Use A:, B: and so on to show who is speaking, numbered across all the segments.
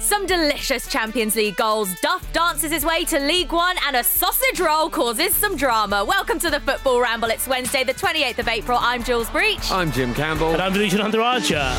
A: some delicious Champions League goals. Duff dances his way to League One, and a sausage roll causes some drama. Welcome to the Football Ramble. It's Wednesday, the 28th of April. I'm Jules Breach.
B: I'm Jim Campbell.
C: And I'm Delusion Hunter Archer.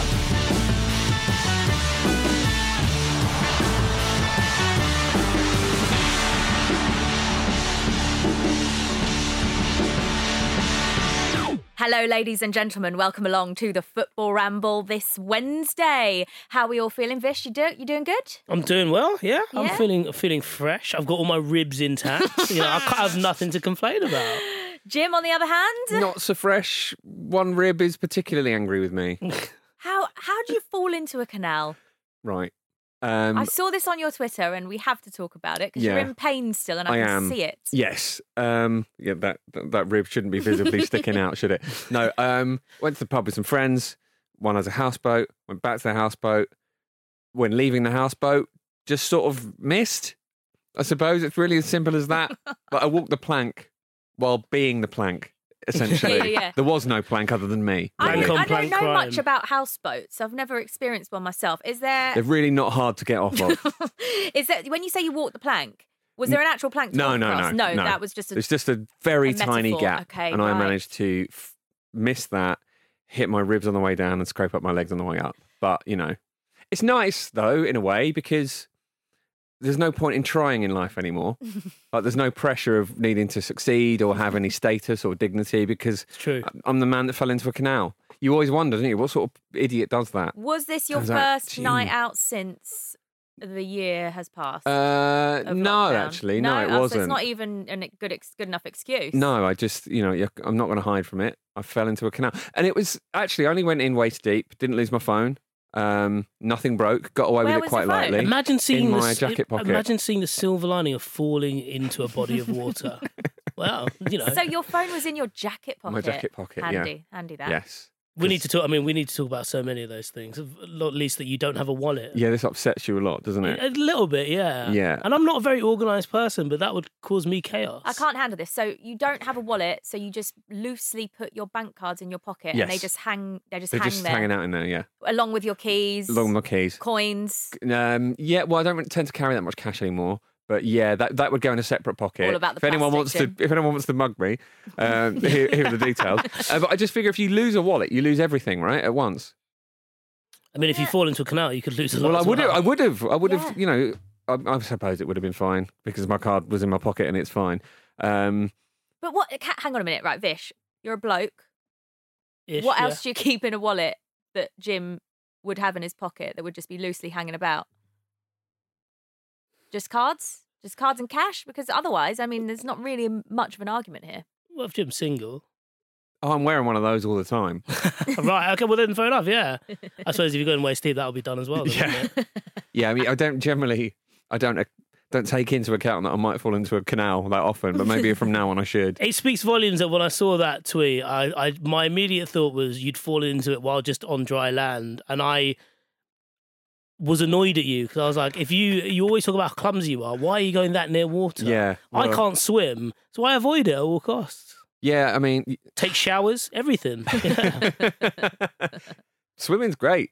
A: Hello, ladies and gentlemen. Welcome along to the Football Ramble this Wednesday. How are we all feeling, Vish? You do? You doing good?
C: I'm doing well, yeah.
A: Yeah?
C: I'm feeling feeling fresh. I've got all my ribs intact. you know, I can't have nothing to complain about.
A: Jim, on the other hand,
B: Not so fresh. One rib is particularly angry with me.
A: how how do you fall into a canal?
B: Right. Um,
A: I saw this on your Twitter, and we have to talk about it because you're
B: Yeah.
A: in pain still, and I,
B: I
A: can
B: am.
A: see it.
B: Yes. Um, yeah, that, that that rib shouldn't be visibly sticking out, should it? No. Um, went to the pub with some friends. One has a houseboat. Went back to the houseboat. When leaving the houseboat, just sort of missed. I suppose it's really as simple as that. but I walked the plank while being the plank. Essentially,
A: yeah.
B: there was no plank other than me.
A: I,
C: Plank
A: don't-
C: on
A: I don't
C: plank
A: know
C: crime.
A: much about houseboats. I've never experienced one myself. Is there?
B: They're really not hard to get off of.
A: Is that when you say you walk the plank? Was there an actual plank? To
B: No,
A: walk
B: no,
A: across?
B: no, no.
A: That was just a.
B: It's just a very
A: a
B: tiny
A: metaphor.
B: gap,
A: Okay,
B: and
A: right.
B: I managed to f- miss that, hit my ribs on the way down, and scrape up my legs on the way up. But you know, it's nice though in a way because there's no point in trying in life anymore. like there's no pressure of needing to succeed or have any status or dignity because
C: It's true.
B: I'm the man that fell into a canal. You always wonder, don't you, what sort of idiot does that?
A: was this your
B: Turns out,
A: first
B: gee.
A: night out since the year has passed?
B: Uh,
A: of
B: no,
A: lockdown?
B: actually, no, it
A: oh, so
B: wasn't.
A: it's not even a good, ex- good enough excuse.
B: No, I just, you know, yeah, I'm not going to hide from it. I fell into a canal. And it was actually, I only went in waist deep, didn't lose my phone. Um, nothing broke, got away
A: Where
B: with
A: was
B: it quite
A: the phone?
B: lightly.
C: Imagine seeing
B: in
C: the
B: my
C: s-
B: jacket pocket.
C: Imagine seeing the silver lining of falling into a body of water. well, you know,
A: So your phone was in your jacket pocket.
B: My jacket pocket, yeah.
A: Handy, handy that.
B: Yes.
C: we need to talk. I mean, we need to talk about so many of those things. Not least that you don't have a wallet.
B: Yeah, this upsets you a lot, doesn't it?
C: A little bit, yeah.
B: Yeah.
C: And I'm not a very organised person, but that would cause me chaos.
A: I can't handle this. So you don't have a wallet, so you just loosely put your bank cards in your pocket, and they
B: Yes.
A: just hang. They just
B: They're
A: hang
B: just
A: there
B: hanging out in there, yeah.
A: along with your keys,
B: Long my keys.
A: coins.
B: Um, yeah, well, I don't tend to carry that much cash anymore. But yeah, that, that would go in a separate pocket.
A: All about the
B: if anyone
A: plastic,
B: wants to,
A: Jim.
B: if anyone wants to mug me, um, here, here are the details. Uh, but I just figure if you lose a wallet, you lose everything, right, at once.
C: I mean, if you fall into a canal, you could lose a lot.
B: Well, I
C: as
B: would have. I would have. I would
A: Yeah.
B: have. You know, I, I suppose it would have been fine because my card was in my pocket and it's fine. Um,
A: But what? ca- Hang on a minute, right, Vish? You're a bloke.
C: Ish,
A: what
C: yeah.
A: else do you keep in a wallet that Jim would have in his pocket that would just be loosely hanging about? Just cards, just cards and cash, because otherwise, I mean, there's not really much of an argument here.
C: Well, if Jim's single.
B: oh, I'm wearing one of those all the time.
C: right, okay, well then fair enough, yeah. I suppose if you go and waste Steve, that'll be done as well. Then,
B: Yeah.
C: wouldn't it?
B: yeah, I mean, I don't generally. I don't. I don't take into account that I might fall into a canal that often, but maybe from now on I should.
C: It speaks volumes that when I saw that tweet, I, I my immediate thought was you'd fallen into it while just on dry land. And I was annoyed at you because I was like, if you you always talk about how clumsy you are, why are you going that near
A: uh,
C: water?
B: Yeah,
C: I
B: well-
C: can't swim, so I avoid it at all costs.
B: Yeah, I mean,
C: Take showers, everything. Yeah.
B: swimming's great.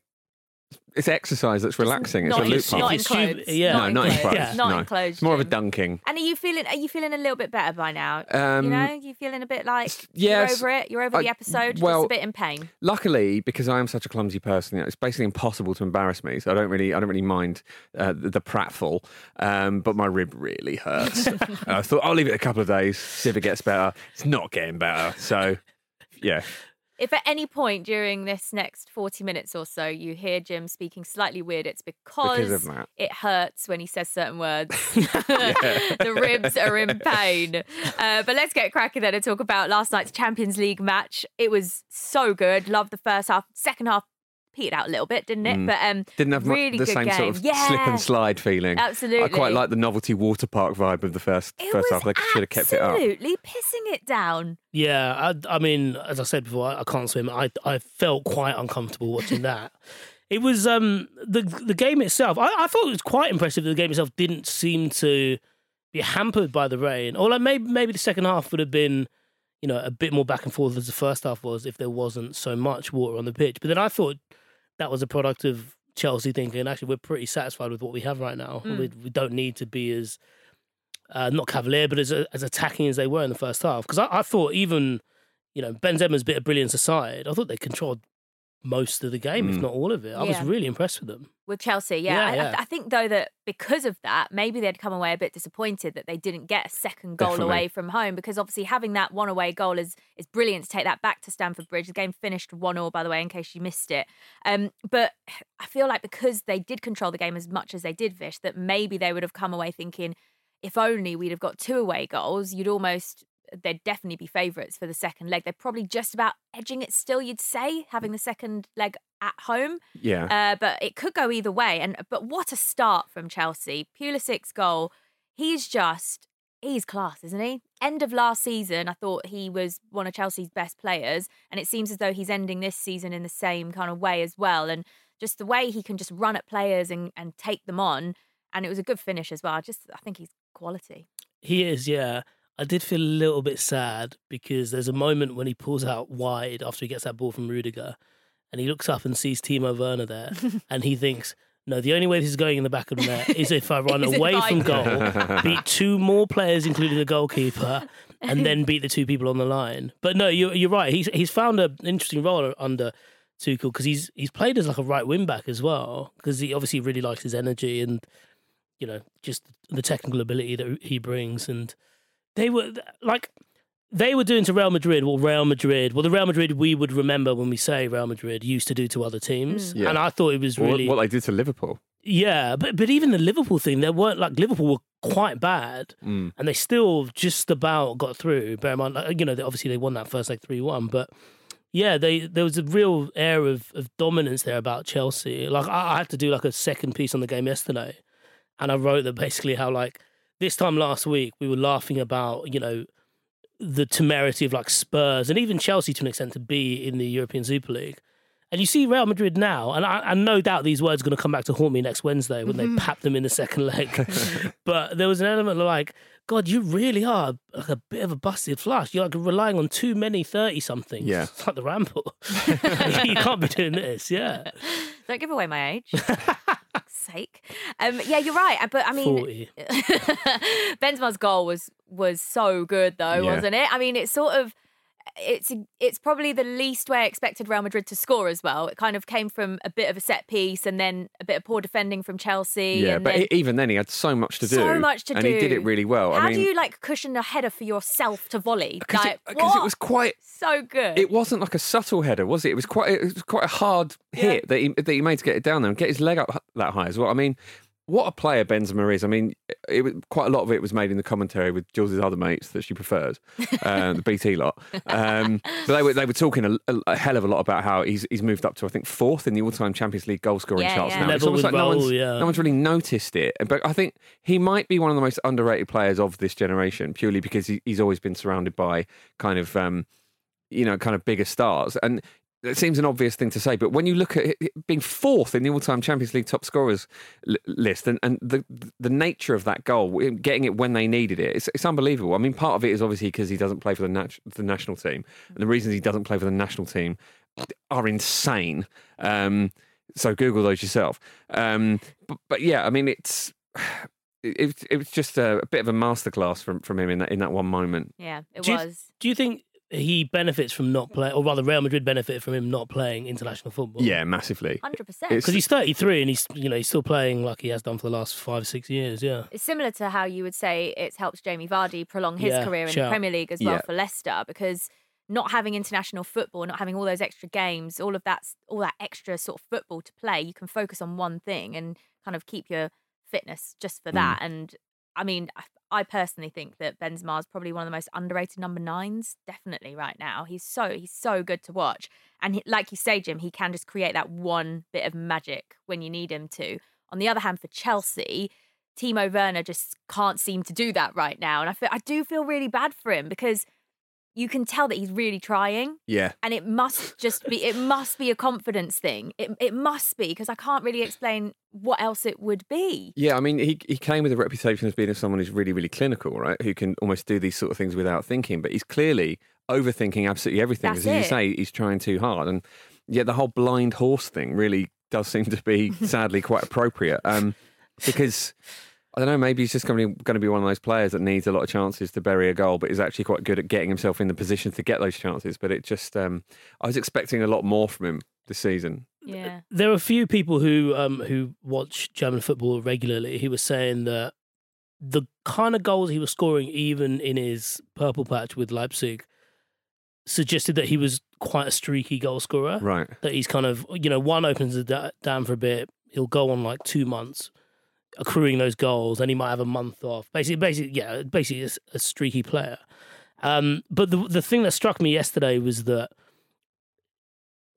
B: It's exercise that's relaxing. It's
A: not
B: a loop
A: in, not
B: path.
C: It's stupid-
A: enclosed.
C: yeah.
B: No, not
A: enclosed.
B: enclosed.
A: Not
B: no.
A: enclosed.
B: It's more of a
A: Jim.
B: dunking.
A: And are you feeling? Are you feeling a little bit better by now? you
B: Um,
A: know, you feeling a bit like
B: s- yes,
A: you're over it. You're over
B: I-
A: the episode.
B: well-
A: just a bit in pain.
B: Luckily, because I am such a clumsy person, you know, it's basically impossible to embarrass me. So I don't really, I don't really mind uh, the, the pratfall. Um, but my rib really hurts. And I thought I'll leave it a couple of days, see if it gets better. It's not getting better. So, yeah,
A: If at any point during this next 40 minutes or so you hear Jim speaking slightly weird, it's because,
B: Because of that.
A: it hurts when he says certain words. the ribs are in pain. Uh, but let's get cracking then and talk about last night's Champions League match. It was so good. Loved the first half. Second half petered out a little bit, didn't it? But um,
B: Mm. didn't have mu-
A: really
B: the
A: good
B: same
A: game.
B: sort of
A: yeah.
B: slip and slide feeling. I
A: Absolutely.
B: quite like the novelty water park vibe of the first
A: It
B: first
A: was
B: half. They should have kept it up.
A: absolutely pissing it down.
C: Yeah, I, I mean, as I said before, I, I can't swim. I I felt quite uncomfortable watching that. It was um the the game itself. I, I thought it was quite impressive. That the game itself didn't seem to be hampered by the rain. Or like maybe maybe the second half would have been, you know, a bit more back and forth as the first half was if there wasn't so much water on the pitch. But then I thought that was a product of Chelsea thinking actually we're pretty satisfied with what we have right now. We, we don't need to be as uh, not cavalier, but as as attacking as they were in the first half. Because I, I thought even you know Benzema's bit of brilliance aside, I thought they controlled most of the game, if
B: Mm.
C: not all of it. I was
A: Yeah.
C: really impressed with them.
A: with Chelsea.
C: Yeah,
A: Yeah, I- I,
C: yeah.
A: I think though that because of that, maybe they'd come away a bit disappointed that they didn't get a second goal
B: Definitely.
A: away from home because obviously having that one away goal is is brilliant to take that back to Stamford Bridge. The game finished one all, by the way, in case you missed it. Um, but I feel like because they did control the game as much as they did, Vish, that maybe they would have come away thinking, if only we'd have got two away goals, you'd almost. They'd definitely be favourites for the second leg. They're probably just about edging it still, you'd say, having the second leg at home.
B: Yeah.
A: Uh, but it could go either way. And but what a start from Chelsea! Pulisic's goal. He's just he's class, isn't he? End of last season, I thought he was one of Chelsea's best players, and it seems as though he's ending this season in the same kind of way as well. And just the way he can just run at players and and take them on, and it was a good finish as well. I Just I think he's quality.
C: He is, yeah. I did feel a little bit sad because there's a moment when he pulls out wide after he gets that ball from Rudiger and he looks up and sees Timo Werner there and he thinks, no, the only way this is going in the back of the net is if I run
A: Is if
C: away
A: I
C: from
A: do."
C: goal, beat two more players, including the goalkeeper, and then beat the two people on the line. But no, you're, you're right. He's, he's found an interesting role under Tuchel because he's, he's played as like a right wing back as well because he obviously really likes his energy and you know, just the technical ability that he brings. And they were like, they were doing to Real Madrid what Real Madrid, well, the Real Madrid we would remember when we say Real Madrid used to do to other teams.
B: Mm. Yeah.
C: And I thought it was
B: What-
C: really,
B: what, they did to Liverpool.
C: yeah. But but even the Liverpool thing, they weren't like Liverpool were quite bad,
B: Mm.
C: and they still just about got through. Bear in mind, like, you know, they, obviously they won that first leg three one, but. Yeah, they there was a real air of, of dominance there about Chelsea. Like I, I had to do like a second piece on the game yesterday, and I wrote that basically how like this time last week we were laughing about you know the temerity of like Spurs and even Chelsea to an extent to be in the European Super League. And you see Real Madrid now, and I, and no doubt these words are going to come back to haunt me next Wednesday when they pap them in the second leg. but there was an element of like, God, you really are like a bit of a busted flush. You're like relying on too many thirty somethings.
B: Yeah.
C: it's like the ramble. you can't be doing this. Yeah,
A: Don't give away my age. For fuck's sake. Um, yeah, you're right. But I mean,
C: forty.
A: Benzema's goal was was so good though,
B: Yeah.
A: wasn't it? I mean, it's sort of it's it's probably the least way I expected Real Madrid to score as well. It kind of came from a bit of a set piece and then a bit of poor defending from Chelsea.
B: Yeah,
A: and
B: but
A: then,
B: e- even then, he had so much to do.
A: So much to
B: and he did
A: do.
B: it really well.
A: how
B: I mean,
A: do you like cushion a header for yourself to volley?
B: because
A: Like
B: it, uh, 'cause it
A: what?
B: was quite.
A: so good.
B: It wasn't like a subtle header, was it? It was quite. It was quite a hard hit that he that he made to get it down there and get his leg up h- that high as well. I mean, what a player Benzema is. I mean, it was, quite a lot of it was made in the commentary with Jules' other mates that she prefers, uh, the BT lot. Um, but they were they were talking a, a- a hell of a lot about how he's he's moved up to I think fourth in the all time Champions League goal scoring
A: Yeah,
B: charts
A: yeah.
B: now. it's
C: Level
B: almost
C: with
B: like no
C: Raul,
B: one's
C: yeah.
B: no one's really noticed it. But I think he might be one of the most underrated players of this generation purely because he, he's always been surrounded by kind of. Um, you know, kind of bigger stars. And it seems an obvious thing to say, but when you look at it being fourth in the all-time Champions League top scorers l- list, and, and the the nature of that goal, getting it when they needed it, it's, it's unbelievable. I mean, part of it is obviously because he doesn't play for the nat- the national team, and the reasons he doesn't play for the national team are insane. Um, so Google those yourself. Um, but, but yeah, I mean, it's. It, it, it was just a, a bit of a masterclass from, from him in that in that one moment.
A: yeah, it
C: Do you-
A: was.
C: Do you think he benefits from not playing, or rather, Real Madrid benefit from him not playing international football?
B: Yeah, massively.
A: Hundred percent.
B: It's-
C: because he's 33 and he's you know he's still playing like he has done for the last five six years. Yeah,
A: It's similar to how you would say it's helped Jamie Vardy prolong his
C: Yeah,
A: career in
C: sure.
A: the Premier League as well
B: Yeah.
A: for Leicester because not having international football, not having all those extra games, all of that, all that extra sort of football to play, you can focus on one thing and kind of keep your fitness just
C: Mm.
A: for that. And I mean, I- I personally think that Benzema is probably one of the most underrated number nines, definitely right now. He's so he's so good to watch, and he, like you say, Jim, he can just create that one bit of magic when you need him to. On the other hand, for Chelsea, Timo Werner just can't seem to do that right now, and I feel, I do feel really bad for him because you can tell that he's really trying
B: Yeah,
A: and it must just be it must be a confidence thing it, it must be because i can't really explain what else it would be
B: Yeah, I mean, he, he came with a reputation as being someone who's really, really clinical, right? Who can almost do these sort of things without thinking. But he's clearly overthinking absolutely everything.
A: That's it.
B: because as you say, he's trying too hard. And yeah, the whole blind horse thing really does seem to be sadly quite appropriate. Um, because I don't know, maybe he's just going to be one of those players that needs a lot of chances to bury a goal, but is actually quite good at getting himself in the position to get those chances. But it just, um, I was expecting a lot more from him this season.
A: Yeah.
C: There are a few people who um, who watch German football regularly who were saying that the kind of goals he was scoring, even in his purple patch with Leipzig, suggested that he was quite a streaky goal scorer.
B: Right.
C: That he's kind of you know one opens the da- dam for a bit, he'll go on like two months accruing those goals, and he might have a month off. Basically, basically, yeah, basically a, a streaky player. Um, but the the thing that struck me yesterday was that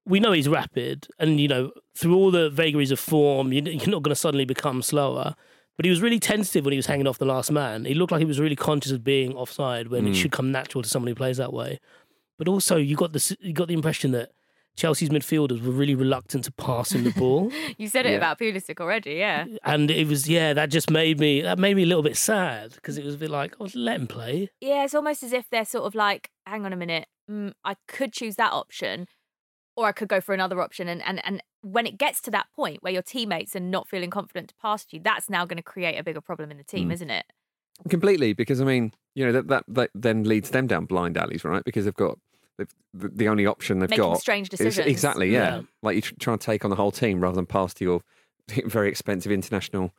C: we know he's rapid, and you know through all the vagaries of form, you, you're not going to suddenly become slower. But he was really tentative when he was hanging off the last man. He looked like he was really conscious of being offside when it
B: Mm.
C: should come natural to someone who plays that way. But also, you got the s- you got the impression that Chelsea's midfielders were really reluctant to pass him the ball.
A: You said it
B: Yeah.
A: about Pulisic already, yeah.
C: and it was yeah that just made me that made me a little bit sad because it was a bit like oh let him play
A: Yeah, it's almost as if they're sort of like, hang on a minute, mm, I could choose that option or I could go for another option. And, and, and when it gets to that point where your teammates are not feeling confident to pass you, that's now going to create a bigger problem in the team,
B: Mm.
A: isn't it?
B: Completely, because I mean, you know, that, that, that then leads them down blind alleys, right? Because they've got they've, the, the only option they've
A: Making
B: got.
A: strange
B: is-
A: decisions.
B: exactly, yeah.
C: Yeah.
B: Like you tr- try and take on the whole team rather than pass to your very expensive international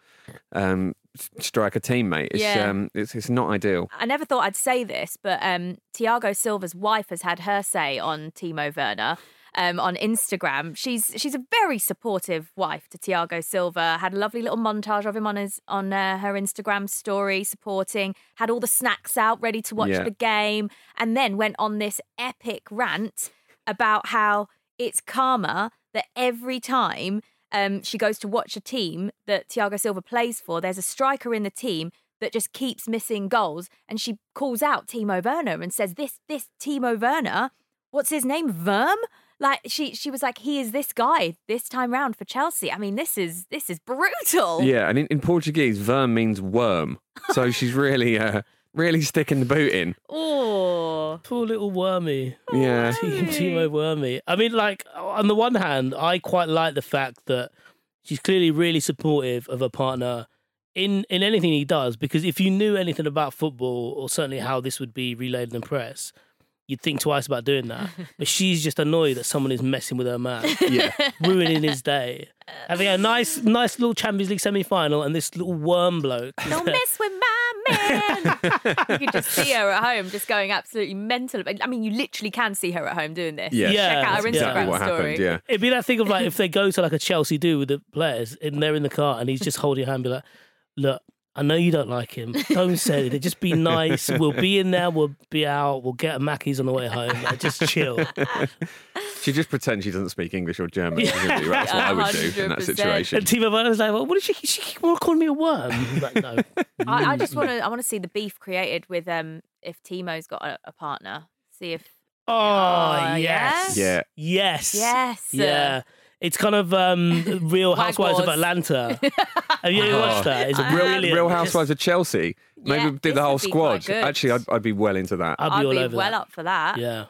B: um, s- striker teammate. It's,
A: Yeah.
B: um, it's, it's not ideal.
A: I never thought I'd say this, but um, Tiago Silva's wife has had her say on Timo Werner um, on Instagram. She's she's a very supportive wife to Tiago Silva. Had a lovely little montage of him on his on uh, her Instagram story, supporting. Had all the snacks out, ready to watch
B: Yeah.
A: the game, and then went on this epic rant about how it's karma that every time um, she goes to watch a team that Thiago Silva plays for, there's a striker in the team that just keeps missing goals, and she calls out Timo Werner and says, "This, this Timo Werner, what's his name? Verm." Like she, she was like, "He is this guy this time round for Chelsea." I mean, this is this is brutal.
B: Yeah, and in, in Portuguese, verm means worm. So she's really, uh, really sticking the boot in.
A: Oh,
C: poor little wormy
B: Yeah.
C: Team timo wormy i mean like on the one hand i quite like the fact that she's clearly really supportive of her partner in in anything he does because if you knew anything about football or certainly how this would be relayed in the press you'd think twice about doing that but she's just annoyed that someone is messing with her man
B: Yeah.
C: ruining his day having a nice nice little champions league semi-final and this little worm bloke is
A: Don't
C: there.
A: mess with my man. you can just see her at home, just going absolutely mental. I mean, you literally can see her at home doing this.
B: Yeah.
A: Check out
C: Yeah,
A: her Instagram
C: that's
B: Exactly what
A: story.
B: happened. Yeah.
C: It'd be that thing of like if they go to like a Chelsea do with the players and they're in the car and he's just holding your hand, be like, look, I know you don't like him. Don't say it. Just be nice. We'll be in there. We'll be out. We'll get a Mackey's on the way home. Like, just chill.
B: She just pretends she doesn't speak English or German. presumably, right? That's what I would do in that
A: 100%.
B: situation.
C: And Timo Werner's like, well, what did she, she keep calling me a worm? He's like, no.
A: I, I just want to. I want to see the beef created with um if Timo's got a, a partner. See if
C: Oh,
A: Oh,
C: yes.
B: Yeah.
C: Yes.
A: yes.
C: Yeah. It's kind of um, Real
A: Wag
C: Housewives of
A: Wars.
C: Atlanta. Have you ever watched that? It's
A: I
B: Real,
A: have.
C: brilliant.
B: Real
C: Just-
B: Housewives of Chelsea. Maybe
A: Um, Yeah,
B: we do
A: this
B: the whole
A: would be quite
B: squad.
A: good.
B: Actually, I'd, I'd be well into that.
A: I'd
C: I'll
A: be,
C: be all over
A: well
C: that.
A: up for that.
C: Yeah.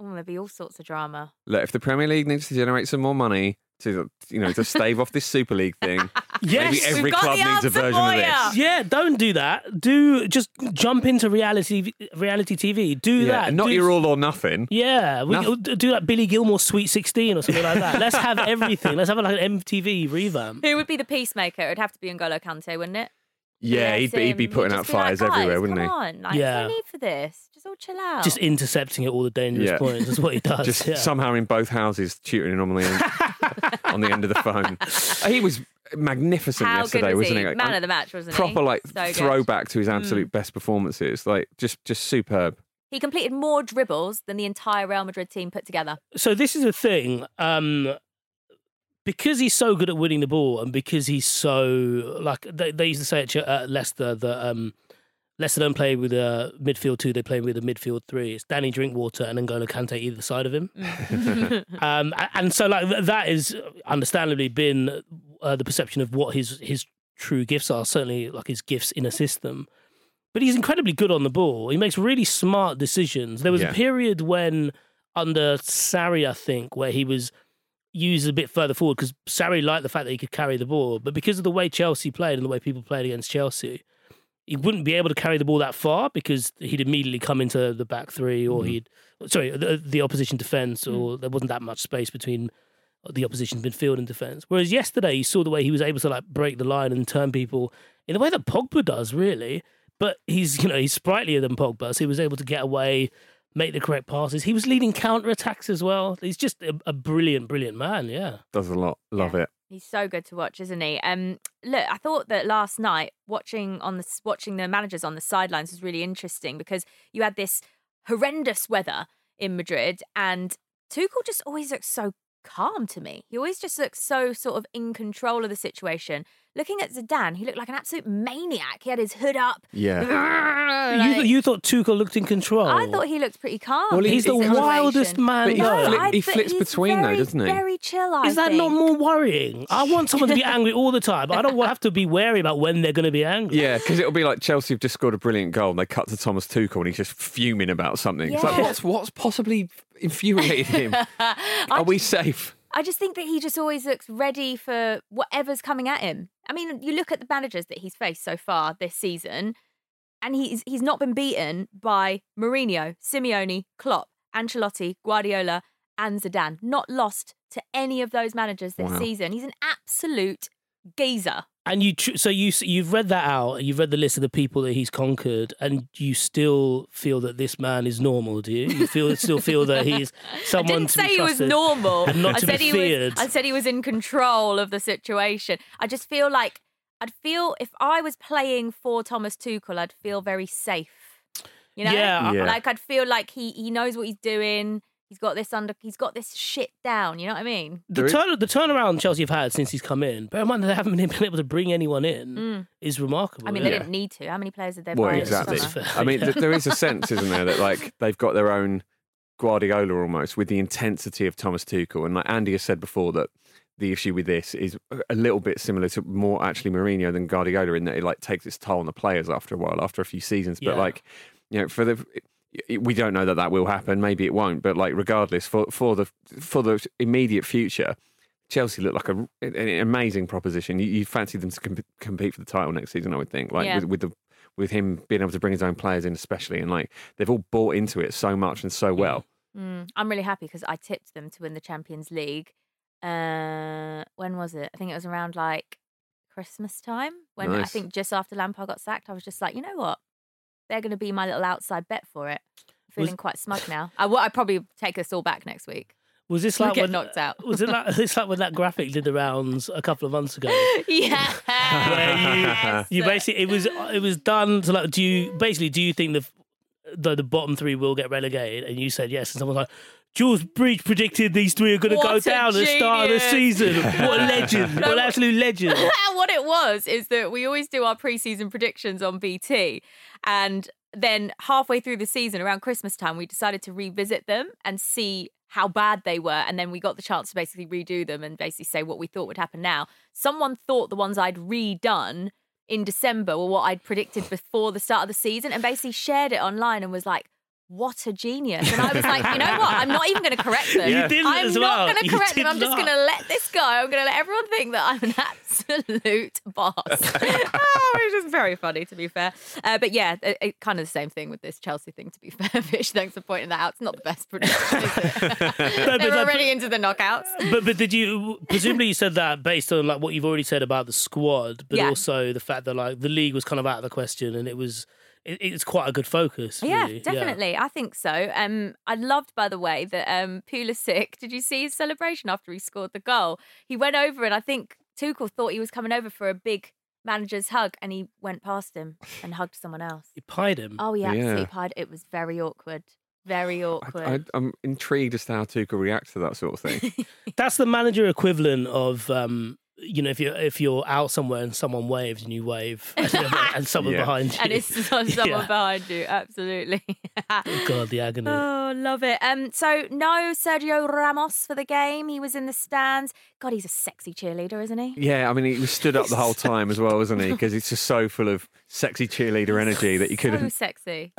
A: Oh, there'd be all sorts of drama.
B: Look, if the Premier League needs to generate some more money to, you know, to stave off this Super League thing,
C: Yes.
B: maybe every
A: We've got
B: club
A: the
B: needs a
A: answer
B: version of
A: for ya.
B: this.
C: Yeah, don't do that. Do just jump into reality reality TV. Do that.
B: not
C: Do-
B: your all or nothing.
C: Yeah, we
B: Noth-
C: do that Billy Gilmore Sweet 16 or something like that. Let's have everything. Let's have like an MTV revamp.
A: Who would be the peacemaker? It'd have to be N'Golo Kante, wouldn't it?
B: Yeah,
A: Bless
B: he'd, be, he'd be
A: him.
B: putting
A: You'd um,
B: out
A: just be like,
B: fires
A: "Guys,
B: everywhere, wouldn't
A: come
B: he?
A: on, like,
C: Yeah.
A: no need for this. Just all chill out.
C: Just intercepting at all the dangerous
B: Yeah.
C: points is what he does.
B: Just
C: yeah.
B: somehow in both houses, tutoring anomaly on- on the end of the phone. Uh, He was magnificent
A: How
B: yesterday,
A: good was
B: wasn't
A: he?
B: he? Like,
A: Man of the match, wasn't he?
B: proper like
A: So good. Mm.
B: throwback to his absolute best performances. Like just, just superb.
A: He completed more dribbles than the entire Real Madrid team put together.
C: so this is the thing um because he's so good at winning the ball and because he's so like they, they used to say at Ch- uh, leicester that um leicester don't play with a midfield two they play with a midfield three it's danny drinkwater and n'Golo kante either side of him um a- and so like th- that is understandably been uh, the perception of what his his true gifts are certainly like his gifts in a system but he's incredibly good on the ball he makes really smart decisions there was
B: Yeah.
C: a period when under Sarri, I think, where he was used a bit further forward because Sarri liked the fact that he could carry the ball, but because of the way Chelsea played and the way people played against Chelsea, he wouldn't be able to carry the ball that far because he'd immediately come into the back three
B: Mm-hmm.
C: or he'd sorry the, the opposition defense
B: Mm.
C: or there wasn't that much space between the opposition midfield and defense. Whereas yesterday you saw the way he was able to like break the line and turn people in the way that Pogba does really, but he's you know he's sprightlier than Pogba, so he was able to get away. Make the correct passes. He was leading counter attacks as well. He's just a, a brilliant, brilliant man. Yeah.
B: Does a lot. Love it.
A: He's so good to watch, isn't he? Um, look, I thought that last night watching on the watching the managers on the sidelines was really interesting because you had this horrendous weather in Madrid, and Tuchel just always looks so calm to me. He always just looks so sort of in control of the situation. Looking at Zidane, he looked like an absolute maniac. He had his hood up.
B: Yeah.
A: Oh,
C: you,
A: Like,
C: th- you thought Tuchel looked in control.
A: I thought he looked pretty calm.
B: Well,
A: in
C: he's
A: this
C: the
B: He's-
C: wildest
A: situation.
B: But
C: man.
B: he
C: known.
B: flipped- he
A: but
B: flips
A: he's
B: between though,
A: very,
B: doesn't he?
A: Very chill. I
C: Is that not
A: think.
C: more worrying? I want someone to be angry all the time. I don't want to have to be wary about when they're going to be angry.
B: Yeah, because it'll be like Chelsea have just scored a brilliant goal and they cut to Thomas Tuchel and he's just fuming about something. It's like,
A: Yeah.
B: what's, what's possibly infuriated him? Are we safe?
A: I just think that he just always looks ready for whatever's coming at him. I mean, you look at the managers that he's faced so far this season, and he's he's not been beaten by Mourinho, Simeone, Klopp, Ancelotti, Guardiola, and Zidane. Not lost to any of those managers this
B: Wow.
A: season. He's an absolute geezer.
C: And you, tr- so you, s- you've read that out. You've read the list of the people that he's conquered, and you still feel that this man is normal. Do you? You feel still feel that he's someone
A: I didn't
C: to be
A: say he was
C: trusted.
A: normal.
C: and not
A: I
C: to be
A: said he
C: feared.
A: was. I said he was in control of the situation. I just feel like I'd feel if I was playing for Thomas Tuchel, I'd feel very safe. You know,
C: Yeah,
B: I- Yeah.
A: like I'd feel like he he knows what he's doing. He's got this under. He's got this shit down. You know what I mean?
C: The,
B: There is-
C: turn, the turnaround Chelsea have had since he's come in. Bear in mind that they haven't been able to bring anyone in.
A: Mm.
C: Is remarkable.
A: I mean,
C: yeah.
A: they didn't need to. How many players did they
B: Well,
A: buy?
C: Right,
A: this
B: exactly.
A: summer?
C: that's fair,
B: I mean,
C: yeah.
B: th- there is a sense, isn't there, that like they've got their own Guardiola almost with the intensity of Thomas Tuchel, and like Andy has said before that the issue with this is a little bit similar to more actually Mourinho than Guardiola in that it like takes its toll on the players after a while, after a few seasons. But
C: Yeah.
B: like, you know, for the it- we don't know that that will happen. Maybe it won't. But like, regardless, for for the for the immediate future. Chelsea look like a, an amazing proposition. You, you fancy them to com- compete for the title next season, I would think. Like
A: Yeah.
B: with, with the with him being able to bring his own players in, especially, and like they've all bought into it so much and so well.
A: Mm, I'm really happy because I tipped them to win the Champions League. Uh, when was it? I think it was around like Christmas time. When I
B: Nice.
A: think just after Lampard got sacked, I was just like, you know what? They're going to be my little outside bet for it.
C: Was-
A: Feeling quite smug now. I would probably take us all back next week.
C: Was this
A: We'll
C: like
A: get
C: when,
A: knocked out.
C: Was it like it's like when that graphic did the rounds a couple of months ago?
A: yeah.
B: Where
C: You basically it was it was done to like do you basically do you think the the, the bottom three will get relegated? And you said yes, and someone's like. Jules Breach predicted these three are going to
A: What
C: go
A: a
C: down at the start of the
A: genius.
C: season. What a legend! What an absolute legend!
A: what it was is that we always do our preseason predictions on BT, and then halfway through the season, around Christmas time, we decided to revisit them and see how bad they were, and then we got the chance to basically redo them and basically say what we thought would happen now. Someone thought the ones I'd redone in December were what I'd predicted before the start of the season, and basically shared it online and was like. What a genius. And I was like, you know what? I'm not even going to correct them.
C: You didn't
A: I'm
C: as well.
A: not going
C: You
A: to correct
C: did
A: them. I'm just
C: not.
A: going to let this go. I'm going to let everyone think that I'm an absolute boss. oh, it was just very funny, to be fair. Uh, but yeah, it, it- kind of the same thing with this Chelsea thing, to be fair, Fish. Thanks for pointing that out. It's not the best prediction, is it?
C: but
A: They're
C: that-
A: already into the knockouts.
C: But but did you presumably you said that based on like what you've already said about the squad, but
A: Yeah.
C: also the fact that like the league was kind of out of the question, and it was it, it's quite a good focus. really.
A: Yeah, definitely. I think so. Um, I loved, by the way, that um, Pulisic. Did you see his celebration after he scored the goal? He went over, and I think Tuchel thought he was coming over for a big manager's hug, and he went past him and hugged someone else.
C: He pied him.
A: Oh, he absolutely
B: Yeah.
A: pied. It was very awkward. Very awkward.
B: I, I, I'm intrigued as to how Tuchel reacts to that sort of thing.
C: That's the manager equivalent of um, you know if you're if you're out somewhere and someone waves and you wave and someone
B: Yeah.
C: behind you.
A: and it's someone
C: Yeah.
A: behind you. Absolutely.
C: God, the agony.
A: Oh, love it. Um, so no Sergio Ramos for the game. He was in the stands. God, he's a sexy cheerleader, isn't he?
B: yeah, I mean, he was stood up the whole time as well, wasn't he? Because it's just so full of sexy cheerleader energy that you
A: So
B: couldn't.
A: sexy.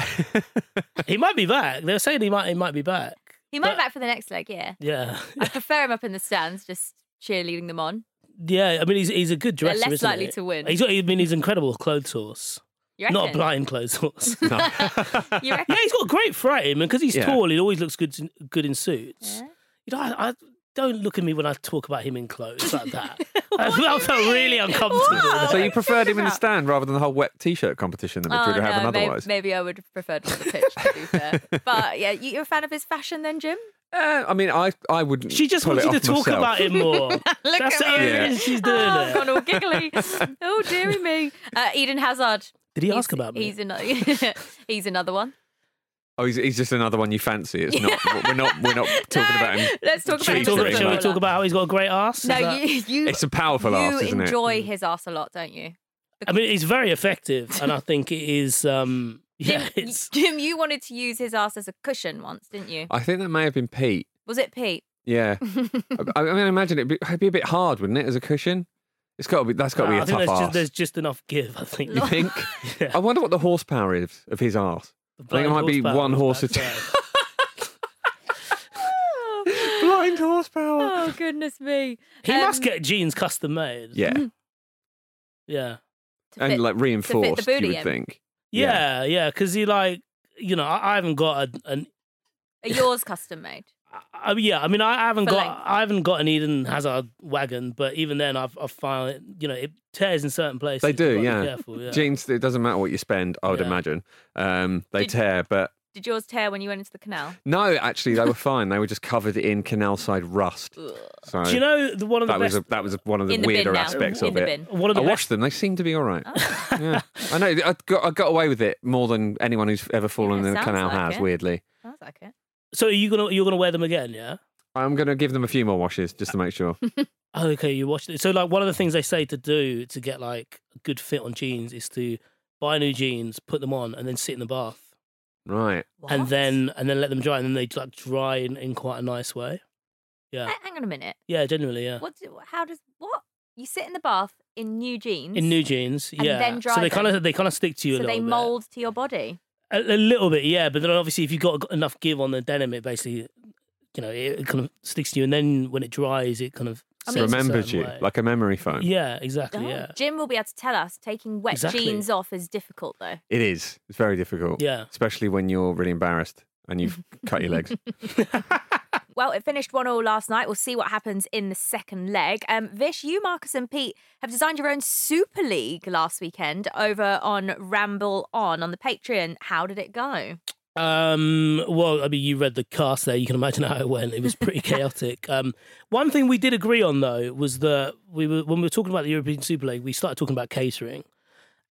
C: he might be back. They're saying he might he might be back.
A: He might
C: But-
A: back for the next leg, yeah.
C: Yeah,
A: I prefer him up in the stands, just cheerleading them on.
C: yeah. I mean, he's he's a good
A: They're
C: dresser.
A: less
C: isn't
A: likely
C: he?
A: to win.
C: He's got. I mean, he's incredible clothes horse.
A: You
C: Not a
A: reckon?
C: blind clothes horse.
A: you reckon?
C: yeah, he's got a great frame, and because he's
B: Yeah.
C: tall, he always looks good in- good in suits.
A: Yeah.
C: You know, I, I don't look at me when I talk about him in clothes like that. I, felt- I felt really uncomfortable.
A: Wow.
B: So you preferred him in the
A: about?
B: stand rather than the whole wet t-shirt competition that Madrid
A: Oh,
B: are having
A: no, may-
B: otherwise?
A: maybe I would have preferred him on the pitch, to be fair. But yeah, you, you're a fan of his fashion then, Jim?
B: Uh, I mean, I I would.
C: She just
B: pull
C: wants
B: it
C: you to
B: off
C: talk
B: myself.
C: about him more.
A: Look
C: That's the
A: at
C: only
A: me.
B: Yeah.
C: reason she's doing
A: Oh, I've
C: it.
A: gone all giggly. oh, dearie me. Uh, Eden Hazard.
C: Did he
A: He's-
C: ask about me?
A: He's another, he's another one.
B: Oh, he's, he's just another one you fancy. It's not. We're not. We're not talking
A: No,
B: about him.
A: Let's talk about
C: Shall we
B: Cheese
A: him.
C: talk,
B: ring,
C: shall we
B: mate.
C: talk about how he's got a great ass? Is
A: No,
C: that-
A: you, you,
B: It's a powerful
A: you
B: ass, isn't it?
A: enjoy his ass a lot, don't you?
C: I mean, it's very effective, and I think it is. Um, yeah,
A: Jim, you-
C: it's
A: Jim, you wanted to use his ass as a cushion once, didn't you?
B: I think that may have been Pete.
A: Was it Pete?
B: Yeah. I, I mean, I imagine it'd be, it'd be a bit hard, wouldn't it, as a cushion? It's got to be. That's got to
C: I
B: be a tough
C: think there's
B: ass.
C: just, there's just enough give. I think.
B: you think?
C: Yeah.
B: I wonder what the horsepower is of his ass.
C: The
B: I think it
C: blind
B: might be
C: horsepower
B: one
C: on
B: horse
C: his
B: a-
A: Um,
C: backside. Oh,
B: Blind horsepower.
A: oh goodness me!
C: He
A: Um,
C: must get jeans custom made.
B: Yeah,
C: yeah,
A: To
B: and
A: fit-
B: like reinforced. You
A: booty
B: would
A: in.
B: think.
C: yeah, yeah. Because he like, you know, I, I haven't got a, an.
A: are yours custom made?
C: I, I- Uh, yeah, I mean, I, I haven't
A: For
C: got,
A: length.
C: I haven't got an Eden Hazard wagon, but even then, I've, I found it, you know, it tears in certain places.
B: do,
C: You've got to
B: yeah.
C: be Careful, yeah.
B: Jeans. It doesn't matter what you spend. I would
C: Yeah.
B: imagine. Um, they
A: Did-
B: tear, but
A: Did yours tear when you went into the canal?
B: no, actually, they were fine. They were just covered in canal side rust. So
C: Do you know the one of the
B: that
C: best?
B: was a, that was a, one of the
A: In the bin
B: weirder
A: now.
B: aspects
A: In
B: of
A: the
B: it.
A: bin.
C: one of
B: I
C: the
B: washed them. They seem to be all right.
A: Oh,
B: yeah. I know. I got, I got away with it more than anyone who's ever fallen
A: Yeah,
B: in a
A: sounds
B: canal
A: like
B: has.
A: it.
B: Weirdly,
A: Sounds like it.
C: best. So are you gonna you're gonna wear them again? Yeah.
B: I'm going to give them a few more washes just to make sure.
C: Oh, okay, you watched it. So, like, one of the things they say to do to get like a good fit on jeans is to buy new jeans, put them on, and then sit in the bath,
B: right.
C: and
A: What?
C: then and then let them dry, and then they like dry in, in quite a nice way. Yeah,
A: Ha- hang on a minute.
C: yeah, generally, yeah.
A: What? Do, how does what? You sit in the bath in new jeans.
C: uh, In new jeans,
A: And
C: yeah.
A: then dry
C: so they kind
A: them.
C: of they kind of stick to you
A: so
C: a little
A: they
C: bit.
A: mold to your body.
C: a, a little bit, yeah. But then obviously, if you've got enough give on the denim, it basically, you know, it kind of sticks to you, and then when it dries, it kind of
A: I mean-
C: sets a
B: Remembered
C: certain
B: you
C: way.
B: like a memory foam.
C: yeah, exactly,
A: Oh,
C: yeah,
A: Jim will be able to tell us taking wet
C: Exactly.
A: jeans off is difficult though.
B: It is. It's very difficult.
C: yeah.
B: Especially when you're really embarrassed and you've cut your legs.
A: Well, it finished one all last night. We'll see what happens in the second leg. Um, Vish, you, Marcus, and Pete have designed your own Super League last weekend over on Ramble On on the Patreon. How did it go?
C: Um, well, I mean, you read the cast there. You can imagine how it went. It was pretty chaotic. Um, one thing we did agree on though was that we were when we were talking about the European Super League, we started talking about catering,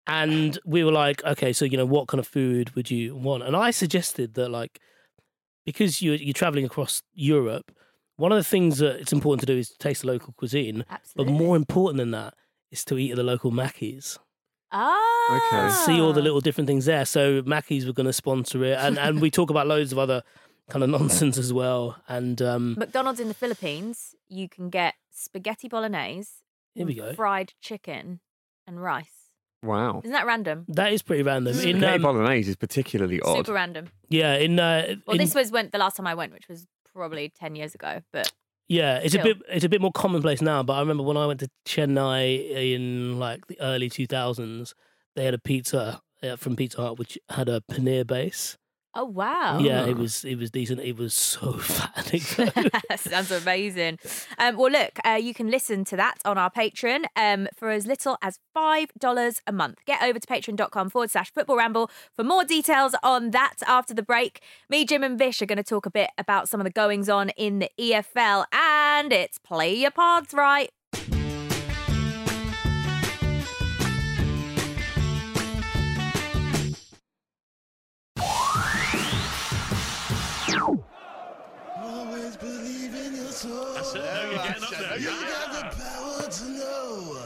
C: and we were like, okay, so you know, what kind of food would you want? And I suggested that like because you you're traveling across Europe, one of the things that it's important to do is to taste the local cuisine. But
A: Absolutely.
C: more important than that is to eat at the local Mackies
A: Ah.
B: Okay.
C: and see all the little different things there. So Mackey's were going to sponsor it, and and we talk about loads of other kind of nonsense as well. And um,
A: McDonald's in the Philippines. You can get spaghetti bolognese,
C: here we
A: and
C: go.
A: fried chicken, and rice.
B: wow.
A: Isn't that random?
C: That is pretty random.
A: Mm.
C: In,
B: Spaghetti
C: um,
B: bolognese is particularly odd.
A: Super random.
C: yeah, in, uh,
A: Well,
C: in-
A: this was when the last time I went, which was probably ten years ago. But
C: yeah, it's
A: still.
C: a bit it's a bit more commonplace now. But I remember when I went to Chennai in like the early two thousands, they had a pizza uh, from Pizza Hut which had a paneer base.
A: oh wow,
C: Yeah, it
B: Ah.
C: was it was decent. It was so fattening. though.
A: Sounds amazing. Um, well, look, uh, you can listen to that on our Patreon um, for as little as $5 a month. Get over to patreon.com forward slash football ramble for more details on that after the break. Me, Jim, and Vish are going to talk a bit about some of the goings on in the EFL, and it's play your pods right.
D: Always believe in your soul. you got the power to know.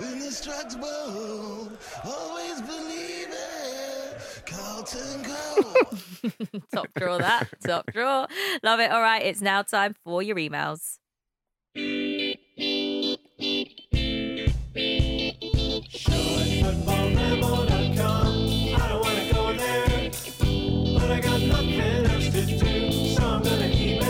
D: Indestructible. Always believe it. Carlton Go.
A: Top draw that. Top draw. Love it. All right, it's now time for your emails.
E: I don't wanna go there, but I got nothing else to do, so I'm gonna keep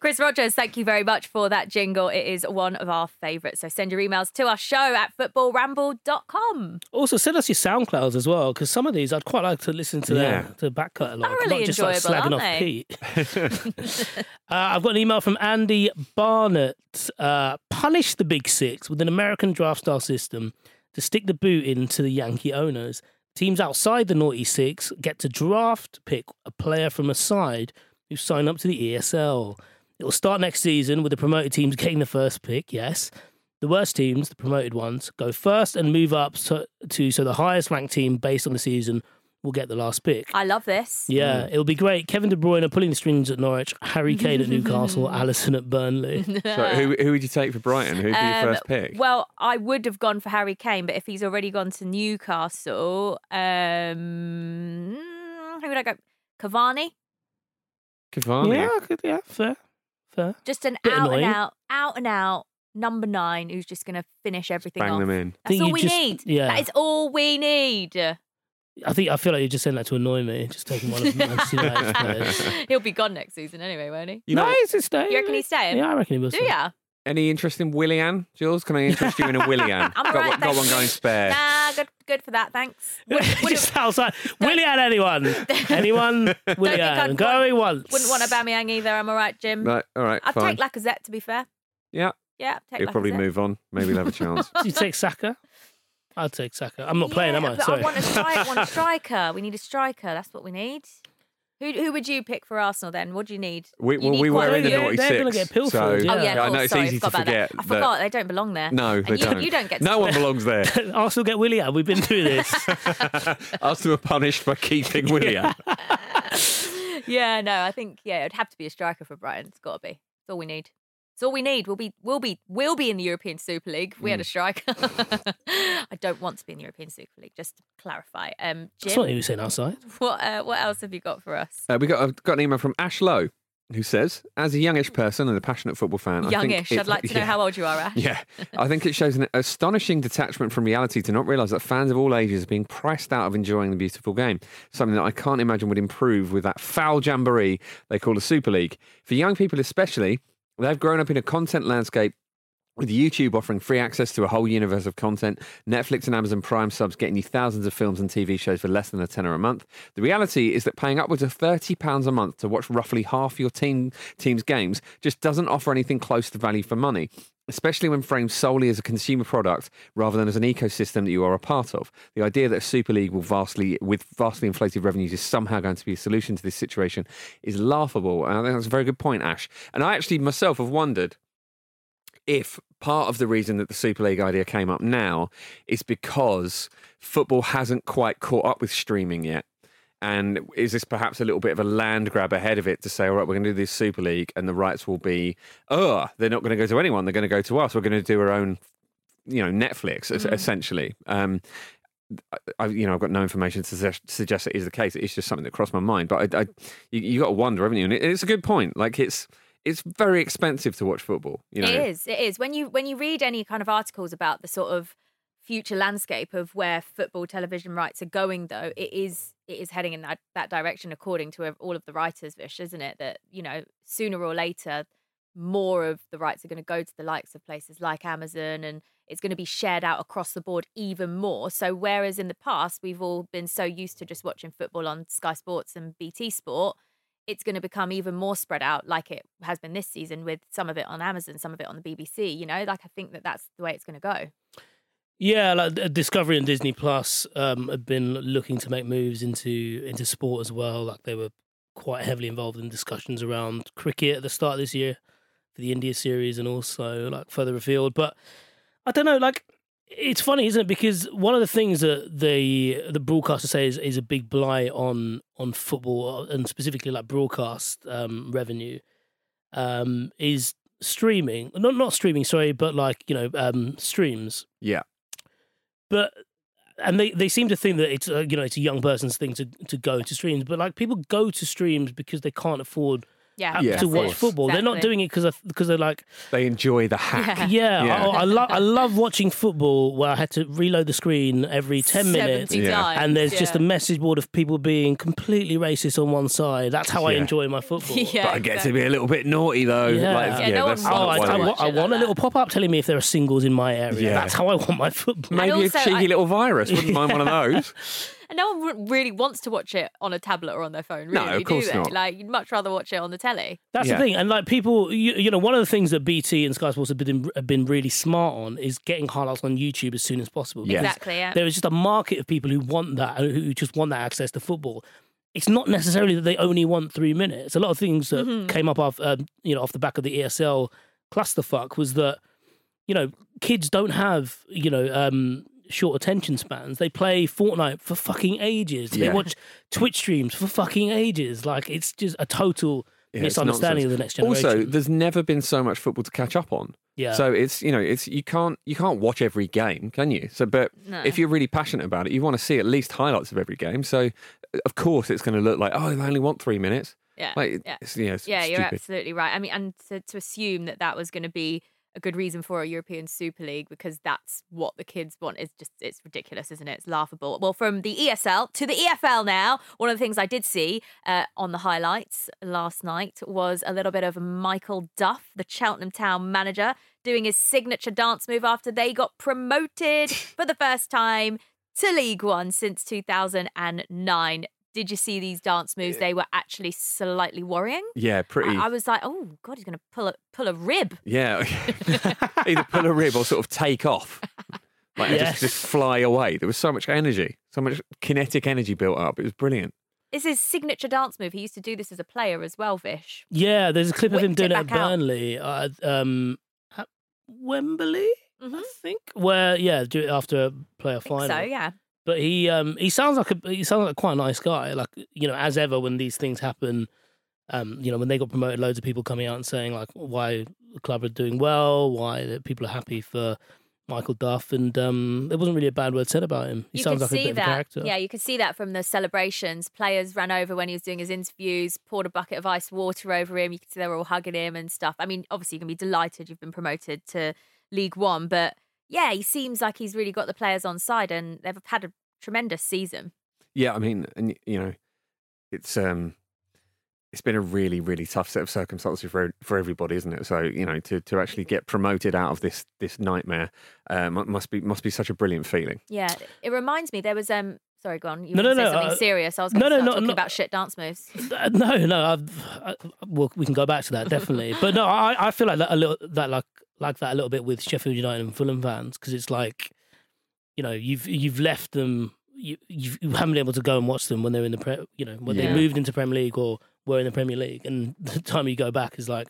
A: Chris Rogers, thank you very much for that jingle. It is one of our favourites. So send your emails to our show at footballramble.com.
C: Also, send us your SoundClouds as well, because some of these I'd quite like to listen to
B: Yeah.
C: the, the back catalog,
A: Thoroughly
C: not just like
A: enjoyable,
C: slagging
A: aren't
C: off
A: they?
C: Pete. uh, I've got an email from Andy Barnett. Uh, Punish the Big Six with an American draft style system to stick the boot into the Yankee owners. Teams outside the Naughty Six get to draft pick a player from a side who sign up to the ESL. It will start next season with the promoted teams getting the first pick, yes. The worst teams, the promoted ones, go first and move up so, to so the highest ranked team based on the season will get the last pick.
A: I love this.
C: Yeah, it'll be great. Kevin De Bruyne pulling the strings at Norwich, Harry Kane at Newcastle, Allison at Burnley.
B: So who who would you take for Brighton? Who'd be
A: Um,
B: your first pick?
A: Well, I would have gone for Harry Kane, but if he's already gone to Newcastle, um, who would I go? Cavani,
B: Cavani.
C: Yeah, I could- yeah, fair, fair.
A: just an
C: Bit
A: out
C: annoying.
A: and out, out and out number nine, who's just going to finish everything
B: Bang
A: off.
B: them in.
A: That's
C: Think
A: all
C: you
A: we
C: just-
A: need.
C: yeah.
A: That is all we need.
C: I think I feel like you're just saying that to annoy me, just taking one of Manchester United's players.
A: He'll be gone next season anyway, won't he?
B: You
C: no,
B: know,
C: he's staying.
A: You reckon he's staying?
C: Yeah, I reckon he will.
A: Do
C: stay.
A: ya?
B: any interest in Willian, Jules? Can I interest you in a Willian?
A: I'm
B: got,
A: right, Um,
B: one- got
A: thank
B: one
A: you.
B: going spare.
A: Nah, good, good for that. Thanks. Would, would,
C: just outside. Willie had anyone? Anyone? Willie
A: think I'd
C: had
A: want-
C: going once.
A: wouldn't want a Bamiyang either. Am I right, Jim?
B: Right, all right,
A: I'd
B: fine.
A: take Lacazette to be fair.
B: yeah,
A: Yeah, I'd take
B: he'll probably
A: Lacazette.
B: move on. Maybe they'll have a chance.
C: You take Saka. I'll take Saka. I'm not playing,
A: Yeah,
C: am I?
A: But
C: Sorry.
A: I want a, stri- want a striker. We need a striker. That's what we need. Who, who would you pick for Arsenal then? What do you need?
B: We,
A: You
B: well,
A: need
B: we were in the naughty
C: quality. They're gonna
B: six.
C: get pilfered,
B: so,
C: yeah.
A: Oh yeah,
C: Yeah,
A: of
B: I know
A: course,
B: it's
A: sorry,
B: easy to
A: forgot about
B: forget.
A: That. I
B: that-
A: forgot they don't belong there.
B: No,
A: and
B: they
A: you,
B: don't.
A: You don't get. To
B: no one belongs there.
C: Arsenal get Willie We've been through this.
B: Us who are punished for keeping Willian.
A: yeah, no. I think yeah, it'd have to be a striker for Brighton. It's got to be. It's all we need. It's all we need. We'll be, we'll be, we'll be in the European Super League. if We had
B: Mm.
A: a striker. I don't want to be in the European Super League. Just to clarify, um,
C: That's
A: Jim,
C: not even saying outside.
A: what, uh, what else have you got for us?
B: Uh, we got I've got an email from Ash Lowe who says, as a youngish person and a passionate football fan, I think
A: Youngish.
B: it-
A: I'd like to know
B: yeah.
A: how old you are, Ash.
B: Yeah, I think it shows an astonishing detachment from reality to not realise that fans of all ages are being priced out of enjoying the beautiful game. Something that I can't imagine would improve with that foul jamboree they call a Super League. For young people, especially, they've grown up in a content landscape. With YouTube offering free access to a whole universe of content, Netflix and Amazon Prime subs getting you thousands of films and TV shows for less than a tenner a month. The reality is that paying upwards of £30 a month to watch roughly half your team, team's games just doesn't offer anything close to value for money especially when framed solely as a consumer product rather than as an ecosystem that you are a part of. The idea that a Super League will vastly, with vastly inflated revenues, is somehow going to be a solution to this situation is laughable. And I think that's a very good point, Ash. And I actually myself have wondered if part of the reason that the Super League idea came up now is because football hasn't quite caught up with streaming yet. And is this perhaps a little bit of a land grab ahead of it to say, all right, we're going to do this Super League, and the rights will be, oh, they're not going to go to anyone. They're going to go to us. We're going to do our own, you know, Netflix es- essentially. Um, I- I, you know, I've got no information to suggest, suggest it is the case. It's just something that crossed my mind. But I, I you, you got to wonder, haven't you? And it, it's a good point. Like it's it's very expensive to watch football. You know,
A: It is. It is. When you when you read any kind of articles about the sort of future landscape of where football television rights are going, though, it is it is heading in that, that direction according to ev- all of the writers, Vish, isn't it? That you know sooner or later, more of the rights are going to go to the likes of places like Amazon, and it's going to be shared out across the board even more. So whereas in the past we've all been so used to just watching football on Sky Sports and BT Sport, it's going to become even more spread out like it has been this season with some of it on Amazon, some of it on the BBC, you know? Like, I think that that's the way it's going to go.
C: Yeah, like uh, Discovery and Disney Plus um, have been looking to make moves into into sport as well. Like they were quite heavily involved in discussions around cricket at the start of this year for the India series, and also like further afield. But I don't know, like it's funny, isn't it? Because one of the things that the the broadcaster says is a big blight on on football uh, and specifically like broadcast um, revenue um, is streaming, not not streaming, sorry, but like you know um, streams
B: yeah.
C: but and they, they seem to think that it's a, you know it's a young person's thing to to go to streams, but like people go to streams because they can't afford
A: Yeah.
C: apt
B: Yeah,
C: to
A: that's
C: watch
A: it.
C: football. They're not
A: Exactly.
C: doing it because because they're like,
B: They enjoy the hack.
A: Yeah.
C: yeah,
B: Yeah.
C: I, oh, I love I love watching football where I had to reload the screen every ten minutes.
A: 70
B: Yeah.
A: times,
C: And there's just a
A: yeah.
C: message board of people being completely racist on one side. That's how I
B: Yeah.
C: enjoy my football.
A: Yeah,
B: But I get to
A: exactly.
B: be a little bit naughty though.
C: Yeah.
B: Like,
A: Yeah, no
B: that's
A: one
C: Oh,
B: not
C: I,
A: wants
B: what
A: to
C: I,
A: watch
B: I
C: wa-
B: want.
A: it
C: I
A: like
C: want a
A: that.
C: little pop up telling me if there are singles in my area.
B: Yeah.
C: That's how I want my football.
B: Maybe
A: And
B: a
A: also,
B: cheeky
A: like-
B: little virus. Wouldn't mind one of those.
A: And no one re- really wants to watch it on a tablet or on their phone,
B: No,
A: really,
B: of course
A: do they?
B: not.
A: Like, you'd much rather watch it on the telly.
C: That's
B: Yeah.
C: the thing, and like people, you, you know, one of the things that BT and Sky Sports have been have been really smart on is getting highlights on YouTube as soon as possible.
B: Yeah. Yes.
A: Exactly, yeah.
C: There is just a market of people who want that, who just want that access to football. It's not necessarily that they only want three minutes. A lot of things that
A: Mm-hmm.
C: came up off, um, you know, off the back of the ESL clusterfuck was that, you know, kids don't have, you know, um, short attention spans. They play Fortnite for fucking ages. They
B: Yeah.
C: watch Twitch streams for fucking ages. Like it's just a total
B: Yeah, it's
C: misunderstanding of the next generation.
B: Also, there's never been so much football to catch up on.
C: yeah.
B: So it's you know it's you can't you can't watch every game, can you? So, but
A: No.
B: if you're really passionate about it, you want to see at least highlights of every game. So, of course, it's going to look like oh, they only want three minutes.
A: Yeah.
B: Like
A: Uh, yeah.
B: it's, you know, it's
A: Yeah,
B: stupid.
A: you're absolutely right. I mean, and to, to assume that that was going to be a good reason for a European Super League because that's what the kids want is just, it's ridiculous, isn't it? It's laughable. Well, from the ESL to the EFL now, one of the things I did see uh, on the highlights last night was a little bit of Michael Duff, the Cheltenham Town manager, doing his signature dance move after they got promoted for the first time to League One since 2009. Did you see these dance moves? They were actually slightly worrying.
B: Yeah, pretty.
A: I, I was like, oh god, he's gonna pull a pull a rib.
B: yeah, either pull a rib or sort of take off, like and
C: Yes.
B: just just fly away. There was so much energy, so much kinetic energy built up. It was brilliant.
A: It's his signature dance move. He used to do this as a player as well, Vish.
C: yeah, there's a clip of him
A: Whipped it
C: doing it at
A: back out.
C: Burnley, uh, um, at Wembley,
A: Mhm.
C: I think. Where yeah, do it after a playoff
A: I think
C: final.
A: so yeah,
C: But he um he sounds like a he sounds like quite a nice guy. Like you know, as ever when these things happen, um you know when they got promoted, loads of people coming out and saying like why the club are doing well, why that people are happy for Michael Duff, and um there wasn't really a bad word said about him. He
A: you
C: sounds
A: could
C: like a
A: see
C: bit of a
A: that.
C: character.
A: Yeah, you could see that from the celebrations. Players ran over when he was doing his interviews, poured a bucket of ice water over him. You could see they were all hugging him and stuff. I mean, obviously, you can be delighted you've been promoted to League One, but yeah, he seems like he's really got the players on side, and they've had a tremendous season.
B: Yeah, I mean, and y- you know, it's um, it's been a really, really tough set of circumstances for for everybody, isn't it? So you know, to to actually get promoted out of this this nightmare uh, mu- must be must be such a brilliant feeling.
A: Yeah, it reminds me there was um. Sorry, go on. You
C: No,
A: were
C: no,
A: gonna say
C: no,
A: Something
C: uh,
A: serious. I was
C: no,
A: going to
C: no,
A: start
C: no,
A: talking
C: no.
A: about shit dance moves.
C: Uh, no, no, I've, I, well, we can go back to that definitely. but no, I, I feel like that a little that like like that a little bit with Sheffield United and Fulham fans because it's like, you know, you've you've left them, you you've, you haven't been able to go and watch them when they're in the pre, you know, when
B: Yeah.
C: they moved into Premier League or were in the Premier League, and the time you go back is like,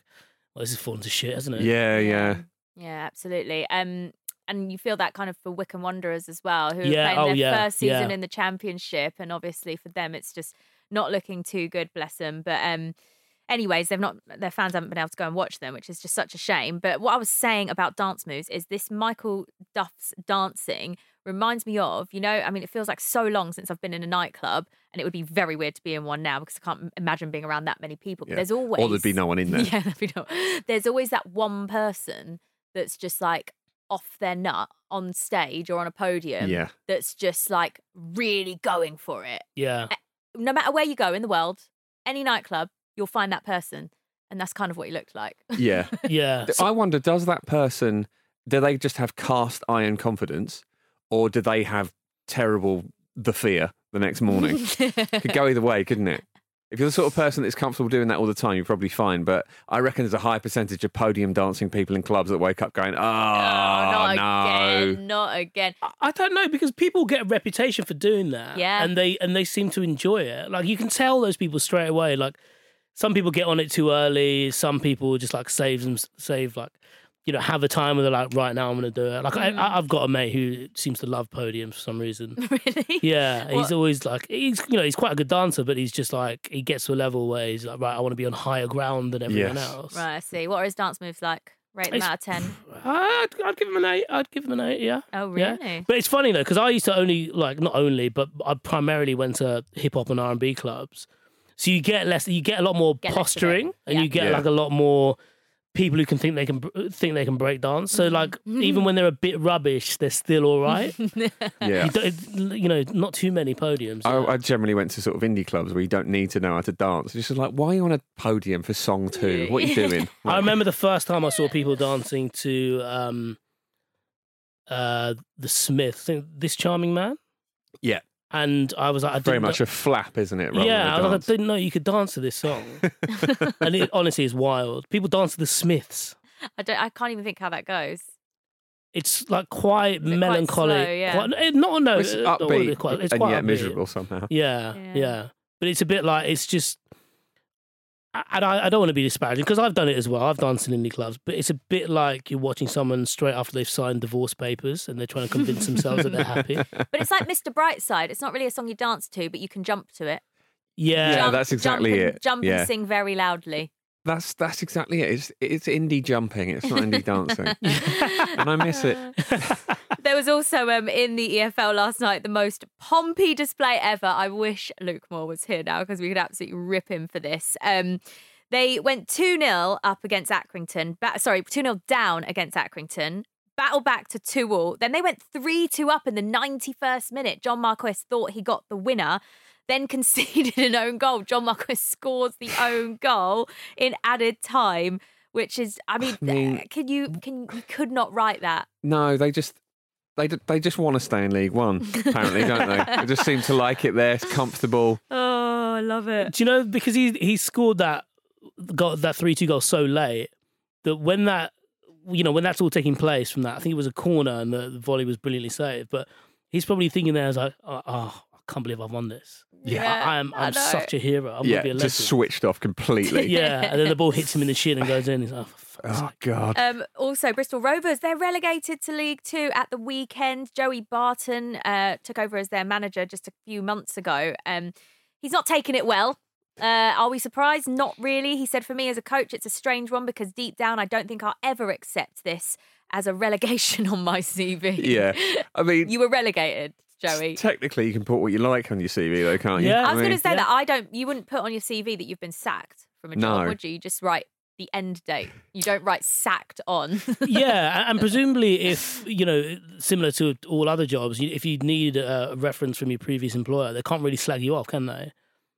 C: well, this has fallen to shit, hasn't it?
B: Yeah, yeah.
A: Um, Yeah, absolutely. Um, and you feel that kind of for Wickham Wanderers as well, who are
C: Yeah,
A: playing
C: oh,
A: their
C: yeah,
A: first season
C: yeah.
A: in the championship, and obviously for them it's just not looking too good, bless them. But um, anyways, they've not their fans haven't been able to go and watch them, which is just such a shame. But what I was saying about dance moves is this Michael Duff's dancing reminds me of you know I mean it feels like so long since I've been in a nightclub, and it would be very weird to be in one now because I can't imagine being around that many people. But
B: Yeah.
A: there's always
B: Or there'd be no one in there.
A: yeah, that'd be dope. There's always that one person that's just like off their nut on stage or on a podium
B: Yeah.
A: that's just like really going for it.
C: yeah.
A: No matter where you go in the world, any nightclub, you'll find that person. And that's kind of what he looked like.
B: Yeah.
C: yeah.
B: I wonder, does that person do they just have cast iron confidence, or do they have terrible the fear the next morning? Could go either way, couldn't it? If you're the sort of person that's comfortable doing that all the time, you're probably fine. But I reckon there's a high percentage of podium dancing people in clubs that wake up going,
A: Oh,
B: "Oh,
A: not
B: Ah, no."
A: again. Not again.
C: I- I don't know because people get a reputation for doing that.
A: Yeah.
C: And they and they seem to enjoy it. Like you can tell those people straight away. Like some people get on it too early. Some people just like save them save like you know have a time where they're like right now I'm gonna do it. Like
A: Mm.
C: I I, I've got a mate who seems to love podiums for some reason.
A: really?
C: Yeah, he's
A: What?
C: always like he's you know he's quite a good dancer, but he's just like he gets to a level where he's like right I want to be on higher ground than everyone
B: Yes.
C: else.
A: Right, I see. What are his dance moves like? Rate them
C: It's-
A: out of 10.
C: I'd, I'd give him an eight. I'd give him an eight. Yeah.
A: Oh,
C: Yeah.
A: really?
C: But it's funny though, because I used to only like not only, but I primarily went to hip hop and R and B clubs, So you get less, you get a lot more
A: Get less of it.
C: posturing, and
A: Yeah.
C: you get
B: Yeah.
C: like a lot more people who can think they can br- think they can break dance. So
A: Mm-hmm.
C: like even when they're a bit rubbish, they're still all right.
B: Yeah.
C: you, don't, you know, not too many podiums.
B: I, I generally went to sort of indie clubs where you don't need to know how to dance. It's just like, why are you on a podium for song two? What are you doing?
C: I remember the first time I saw people dancing to um, uh, the Smith, I think this charming man,
B: Yeah,
C: and I was like, I
B: very
C: didn't
B: much
C: know-
B: a flap, isn't it? rather than
C: yeah,
B: a
C: I, was like,
B: dance?
C: I didn't know you could dance to this song, and it honestly is wild. People dance to the Smiths.
A: I don't. I can't even think how that goes.
C: It's like
A: quite
C: quite melancholic.
A: slow, yeah.
C: quite- eh, not no,
B: It's
C: uh, not really
B: upbeat
C: quite- it's
B: and
C: quite
B: yet
C: upbeat.
B: miserable somehow.
C: Yeah,
A: Yeah.
C: yeah, But it's a bit like it's just, and I, I don't want to be disparaging because I've done it as well. I've danced in indie clubs, but it's a bit like you're watching someone straight after they've signed divorce papers and they're trying to convince themselves that they're happy.
A: But it's like Mr. Brightside. It's not really a song you dance to, but you can jump to it.
C: Yeah,
B: Yeah.
A: Jump-
B: that's
A: jump
B: exactly
A: and-
B: it.
A: Jump
B: Yeah.
A: and sing very loudly.
B: That's that's exactly it. It's it's indie jumping. It's not indie dancing, and I miss it.
A: There was also um, in the EFL last night the most pompy display ever. I wish Luke Moore was here now because we could absolutely rip him for this. Um, they went 2 0 up against Accrington, ba- sorry, 2 0 down against Accrington, battle back to 2 all. Then they went 3 2 up in the 91st minute. John Marquis thought he got the winner. Then conceded an own goal. John Marquis scores the own goal in added time, which is, I mean,
B: mean-
A: can you can you could not write that?
B: No, they just they d- they just want to stay in League One. Apparently, don't they? They just seem to like it there. It's comfortable.
A: Oh, I love it.
C: Do you know because he he scored that got that three two goal so late that when that you know when that's all taking place from that I think it was a corner and the, the volley was brilliantly saved, but he's probably thinking there as like oh, oh I can't believe I've won this.
A: Yeah.
C: I, I am
A: I
C: I'm
A: know.
C: such a hero. I'm
B: yeah,
C: gonna be a
B: just
C: legend.
B: switched off completely.
C: yeah, and then the ball hits him in the shin and goes in. He's like, oh, for fuck's
B: Oh
C: sake.
B: God.
A: Um, also, Bristol Rovers, they're relegated to League Two at the weekend. Joey Barton uh, took over as their manager just a few months ago. Um, he's not taking it well. Uh, are we surprised? Not really. He said, for me as a coach, it's a strange one because deep down, I don't think I'll ever accept this as a relegation on my CV.
B: Yeah. I mean,
A: You were relegated, Joey.
B: technically, you can put what you like on your CV, though, can't you?
C: Yeah.
A: I was
B: mean,
A: going to say
C: yeah.
A: that I don't. You wouldn't put on your CV that you've been sacked from a job,
B: No.
A: would you? You just write the end date. You don't write sacked on.
C: yeah, and- and presumably, if you know, similar to all other jobs, you- if you need a reference from your previous employer, they can't really slag you off, can they?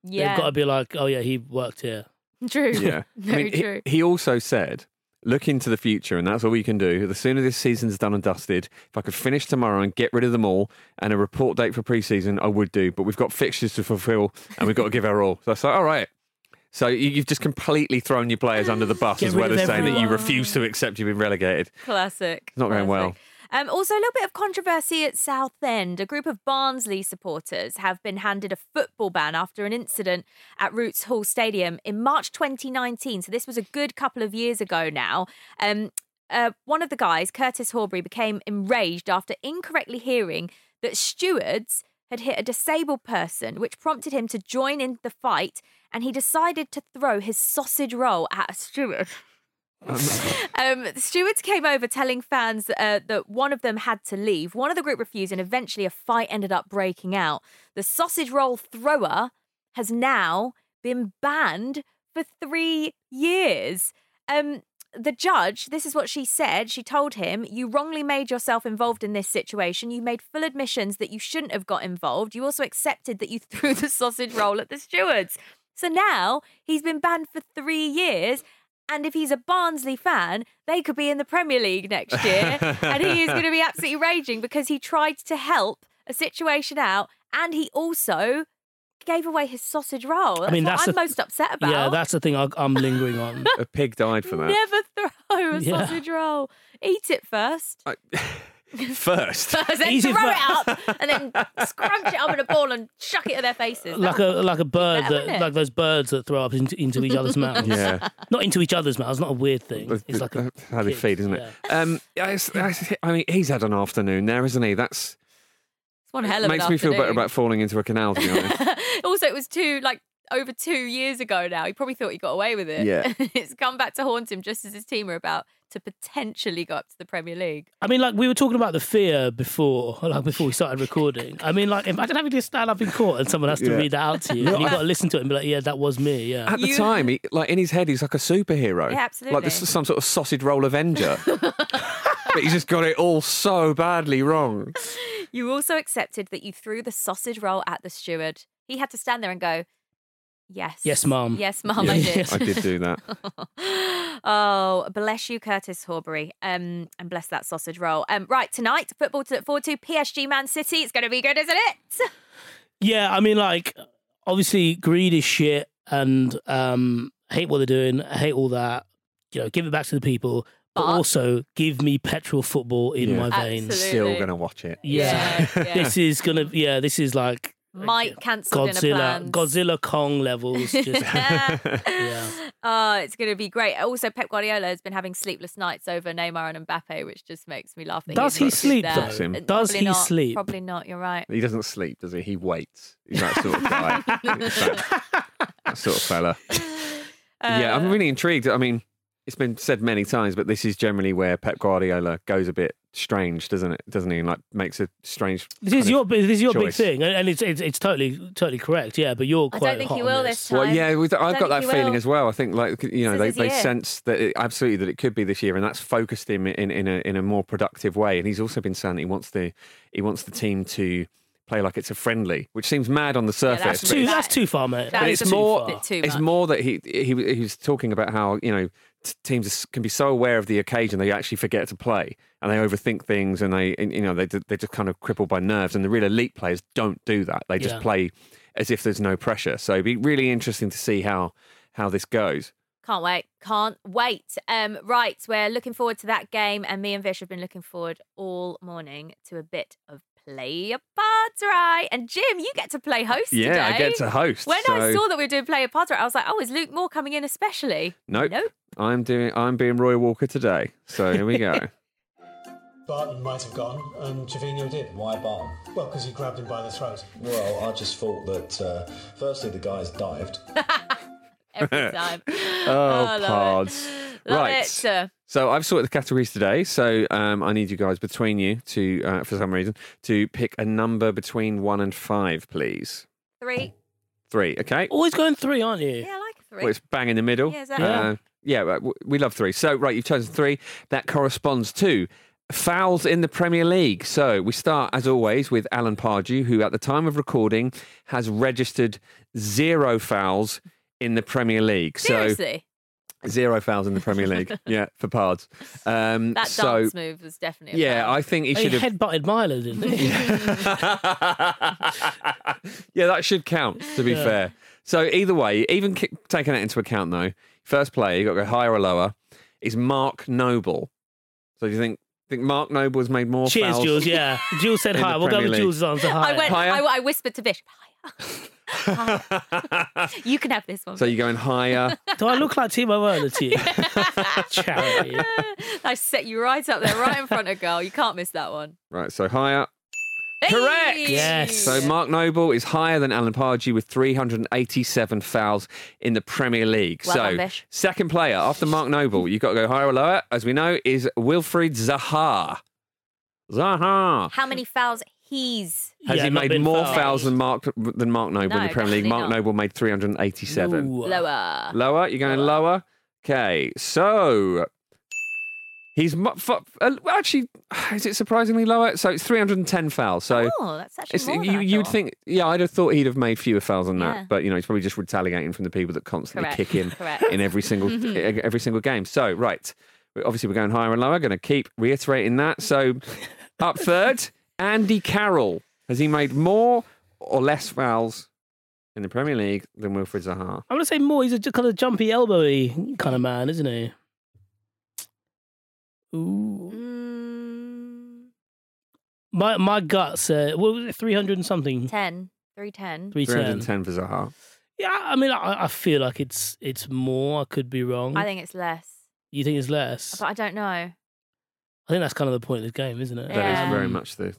A: yeah,
C: They've got to be like, oh yeah, he worked here.
A: true.
B: Yeah. I
A: Very
B: mean, he-
A: true.
B: He, also said, look into the future, and that's all you can do. The sooner this season's done and dusted, if I could finish tomorrow and get rid of them all and a report date for preseason, I would do. But we've got fixtures to fulfill and we've got to give our all. So I said, all right. So you- you've just completely thrown your players under the bus
C: Get
B: as
C: rid
B: well
C: of
B: as saying that you
C: everyone.
B: refuse to accept you've been relegated.
A: Classic.
B: It's not going
A: classic.
B: well.
A: Um, also, a little bit of controversy at Southend. A group of Barnsley supporters have been handed a football ban after an incident at Roots Hall Stadium in March 2019. So, this was a good couple of years ago now. Um, uh, one of the guys, Curtis Horbury, became enraged after incorrectly hearing that stewards had hit a disabled person, which prompted him to join in the fight. And he decided to throw his sausage roll at a steward. Um, the stewards came over telling fans uh, that one of them had to leave. One of the group refused, and eventually a fight ended up breaking out. The sausage roll thrower has now been banned for three years. Um, the judge, this is what she said. She told him, You wrongly made yourself involved in this situation. You made full admissions that you shouldn't have got involved. You also accepted that you threw the sausage roll at the stewards. So now he's been banned for three years. And if he's a Barnsley fan, they could be in the Premier League next year. and he is going to be absolutely raging because he tried to help a situation out and he also gave away his sausage roll. That's
C: mean,
A: what
C: that's
A: I'm
C: the-
A: most upset about.
C: Yeah, that's the thing I, I'm lingering on.
B: A pig died for that.
A: Never throw a
C: Yeah.
A: sausage roll. Eat it first.
B: First.
A: First, then
C: Eat it
A: throw
C: fir-
A: it up and then scrunch it up in a ball and chuck it at their faces.
C: Like a like a bird
A: Better, wouldn't
C: that
A: it?
C: like those birds that throw up into, into each other's mouths.
B: Yeah.
C: Not into each other's mouths. Not a weird thing.
B: That's-
C: It's like a
B: that's how they
C: kid,
B: feed, isn't it? Um, that's- that's- I mean, he's had an afternoon there, isn't he? That's
A: it's one hell of
B: makes
A: an
B: me feel better
A: afternoon.
B: about falling into a canal. To be honest,
A: Also, it was two like over two years ago now. He probably thought he got away with it.
E: Yeah.
A: it's come back to haunt him just as his team are about to potentially go up to the Premier League.
C: I mean, like we were talking about the fear before, like before we started recording. I mean, like imagine having to stand up in court and someone has to
E: Yeah.
C: read that out to you, and you've got to listen to it and be like, "Yeah, that was me." Yeah,
B: At the
A: You-
B: time, he, like in his head, he's like a superhero.
A: Yeah, absolutely.
B: Like this is some sort of sausage roll Avenger. but he's just got it all so badly wrong.
A: You also accepted that you threw the sausage roll at the steward. He had to stand there and go, Yes.
C: Yes, mum."
A: Yes, mum, I
C: Yeah.
A: did.
B: I did do that.
A: oh, bless you, Curtis Horbury. Um, and bless that sausage roll. Um, right, tonight, football to look forward to. PSG Man City. It's going to be good, isn't it?
C: yeah. I mean, like obviously, greed is shit, and um, hate what they're doing, hate all that. You know, give it back to the people, but
A: But-
C: also give me petrol football in
B: Yeah.
C: my veins.
A: Absolutely.
B: Still going to watch it.
C: Yeah.
A: yeah.
C: This is gonna, yeah, this is like
A: Mike cancelled dinner
C: Godzilla,
A: plans.
C: Godzilla Kong levels. Just Yeah.
A: Oh, it's going to be great. Also, Pep Guardiola has been having sleepless nights over Neymar and Mbappe, which just makes me laugh. That
C: Does
A: he,
C: he
A: did
C: sleep,
A: that.
C: though?
B: Bless him.
A: Uh,
C: Does
A: probably
C: he
A: not.
C: sleep?
A: Probably not. You're right.
B: He doesn't sleep, does he? He waits. He's that sort of guy. He's that, that sort of fella. yeah,
A: Uh,
B: I'm really intrigued. I mean, it's been said many times, but this is generally where Pep Guardiola goes a bit strange, doesn't it? Doesn't he? Like makes a strange.
C: This
B: kind
C: is
B: of-
C: your this is your big
B: choice.
C: thing, and and it's, it's it's totally totally correct. Yeah, but you're
A: I
C: quite.
A: don't think
C: hot
A: he
C: on
A: will
C: this.
A: this time.
B: Well, yeah, we- I've
A: Don't
B: got
A: think
B: that
A: he
B: feeling
A: will.
B: as well. I think, like you know,
A: This is
B: they,
A: his
B: they
A: year.
B: sense that it, absolutely that it could be this year, and that's focused him in, in a in a more productive way. And he's also been saying that he wants the he wants the team to play like it's a friendly, which seems mad on the surface.
A: that's
B: but
A: true.
C: Too,
B: it's-
C: that's too far, mate.
A: That
C: That's
A: is
B: it's
A: too
B: more
A: far. Too
B: it's
A: much.
B: more that he he he was talking about how you know t- teams is- can be so aware of the occasion they actually forget to play and they overthink things and they and, you know they they're just kind of crippled by nerves and the real elite players don't do that they just
C: Yeah.
B: play as if there's no pressure so it'd be really interesting to see how how this goes
A: Can't wait. Can't wait. Um, right, we're looking forward to that game, and me and Vish have been looking forward all morning to a bit of play a part, right? And Jim, you get to play host
B: yeah
A: today.
B: I get to host
A: When I
B: so-
A: saw that we were doing play a part, right, I was like, oh, is Luke Moore coming in especially?
B: nope,
A: Nope.
B: I'm doing I'm being Roy Walker today so here we go
F: Barton might have gone, and Trevino did.
G: Why Barn?
F: Well, because he grabbed him by the throat.
G: Well, I just thought that uh, firstly the guys dived.
A: Every time.
B: oh,
A: love it.
B: pods
A: Love
B: right
A: it. Uh,
B: So I've sorted the categories today. So um, I need you guys between you to, uh, for some reason, to pick a number between one and five, please.
A: three.
B: Three, okay?
C: always Oh, going three, aren't you?
A: Yeah, I like a three.
B: Well, it's bang in the middle.
A: Yeah, exactly.
B: Uh, yeah, right, w- we love three. So right, you've chosen three. That corresponds to fouls in the Premier League. So we start as always with Alan Pardew, who at the time of recording has registered zero fouls in the Premier League. So
A: Seriously,
B: zero fouls in the Premier League. yeah, for Pards. Um,
A: that
B: so.
A: dance move was definitely. a
B: yeah,
A: foul.
B: I think he
C: He
B: should have
C: headbutted Milo, didn't he?
B: yeah, that should count, to be fair. So, either way, even ki- taking that into account, though, first player, you've got to go higher or lower, is Mark Noble. So, do you think think Mark Noble has made more
C: Cheers,
B: fouls?
C: Jules. Yeah, Jules said
B: In the
C: hi. We'll go
B: Premier
C: with
B: League.
C: Jules' answer. Hi.
A: I went.
B: Higher?
A: I, I whispered to Vish, "Higher." you can have this one.
B: so, you're going higher.
C: Do I look like Timo Werner to you? Charity.
A: I set you right up there, right in front of girl. You can't miss that one.
B: right, so higher. Correct.
A: Hey!
C: Yes.
B: So, Mark Noble is higher than Alan Pardew with 387 fouls in the Premier League.
A: Well
B: so,
A: done, Vish.
B: second player after Mark Noble, you've got to go higher or lower, as we know, is Wilfried Zaha. Zaha.
A: How many fouls he's?
B: Has
C: Yeah,
B: he
C: not
B: made
C: been
B: more
C: fouled.
B: fouls than Mark than Mark Noble in
A: No,
B: the Premier League?
A: definitely
B: Mark
A: not.
B: Noble made 387.
C: Ooh.
A: Lower.
B: Lower, you're going lower. Okay, so he's mu- fu- uh, actually is it surprisingly lower? So it's 310 fouls. So
A: Oh, that's actually
B: it's,
A: more than
B: you
A: I
B: you'd
A: thought.
B: think yeah, I'd have thought he'd have made fewer fouls than that,
A: Yeah.
B: but you know he's probably just retaliating from the people that constantly
A: Correct.
B: kick him
A: Correct. Mm-hmm.
B: in every single e-, every single game. So right, we- obviously we're going higher and lower. Going to keep reiterating that. So up third, Andy Carroll has he made more or less fouls in the Premier League than Wilfred Zaha?
C: I'm gonna say more. He's a j- kind of jumpy, elbowy kind of man, isn't he? Ooh.
A: Mm,
C: My my gut said, what was it, 300 and something?
A: ten. Three ten.
C: 310.
B: 310 for Zaha.
C: Yeah, I mean, I, I feel like it's it's more. I could be wrong.
A: I think it's less,
C: you think it's less?
A: but I don't know.
C: I think that's kind of the point of the game, isn't it?
B: That is
A: Yeah.
B: very much the.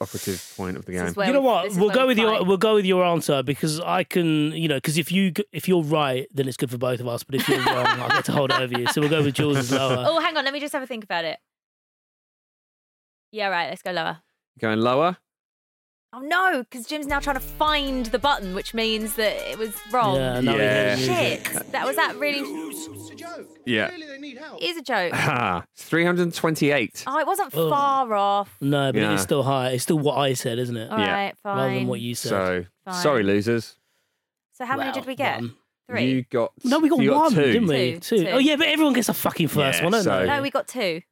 B: operative point of the
A: Um, This
B: game.
A: is where
C: you know
A: we-
C: what?
A: this is
C: We'll
A: where
C: go
A: we
C: with your
A: fight.
C: we'll go with your answer because I can, you know, because if you g- if you're right, then it's good for both of us. But if you're wrong, I get to hold it over you. So we'll go with Jules as
B: Uh.
C: lower.
A: Oh, hang on. Let me just have a think about it. Yeah, right. Let's go lower.
B: Going lower.
A: Oh no, because Jim's now trying to find the button, which means that it was wrong.
C: Yeah, now we
B: Yeah.
C: hear the music.
A: Shit, that was that really
D: It's a joke.
B: Yeah.
D: Really, they need help.
A: it is a joke.
B: Ha! 328.
A: Oh, it wasn't
C: Oh.
A: far off.
C: No, but
B: Yeah.
C: it is still high. It's still what I said, isn't it?
A: All right,
B: Yeah.
A: fine.
C: Rather than what you said.
B: so,
A: Fine.
B: sorry, losers.
A: So how many
C: Well,
A: did we get?
C: one.
A: Three.
B: You got.
C: No, we got
B: you
C: one,
B: two.
C: did didn't we?
A: Two,
C: Two.
A: two.
C: Oh yeah, but everyone gets a fucking first
B: Yeah,
C: one, don't
B: so-
C: they?
A: No, we got two.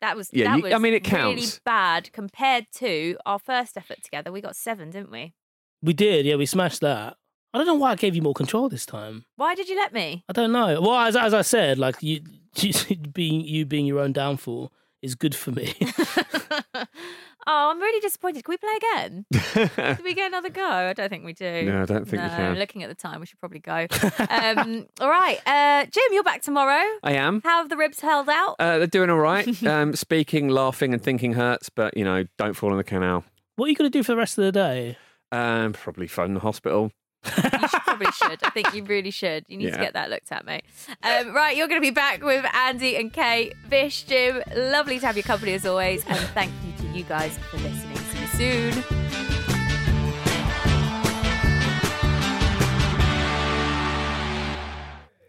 A: That was
B: Yeah,
A: that
B: you-
A: was
B: I mean, it
A: really
B: counts.
A: bad compared to our first effort together. We got seven, didn't we?
C: We did. Yeah, we smashed that. I don't know why I gave you more control this time.
A: Why did you let me?
C: I don't know. Well, as as I said, like you, you being you being your own downfall is good for me.
A: oh, I'm really disappointed. Can we play again? Do we get another go? I don't think we do.
B: no, I don't think
A: no,
B: we can.
A: looking at the time, we should probably go. um, all right, uh, Jim, you're back tomorrow.
B: I am.
A: How have the ribs held out?
B: Uh, they're doing all right. Um, speaking, laughing, and thinking hurts, but you know, don't fall in the canal.
C: what are you gonna do for the rest of the day?
B: Um, probably phone the hospital.
A: You should, probably should. I think you really should. You need to
B: Yeah.
A: get that looked at, mate. Um, right, you're going to be back with Andy and Kate, Vish, Jim. Lovely to have your company as always, and thank you to you guys for listening. See you soon.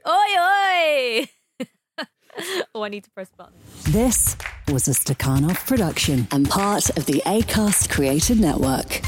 A: Oi, oi! oh, I need to press button.
E: This was a Stakhanov production and part of the ACAST Creative Network.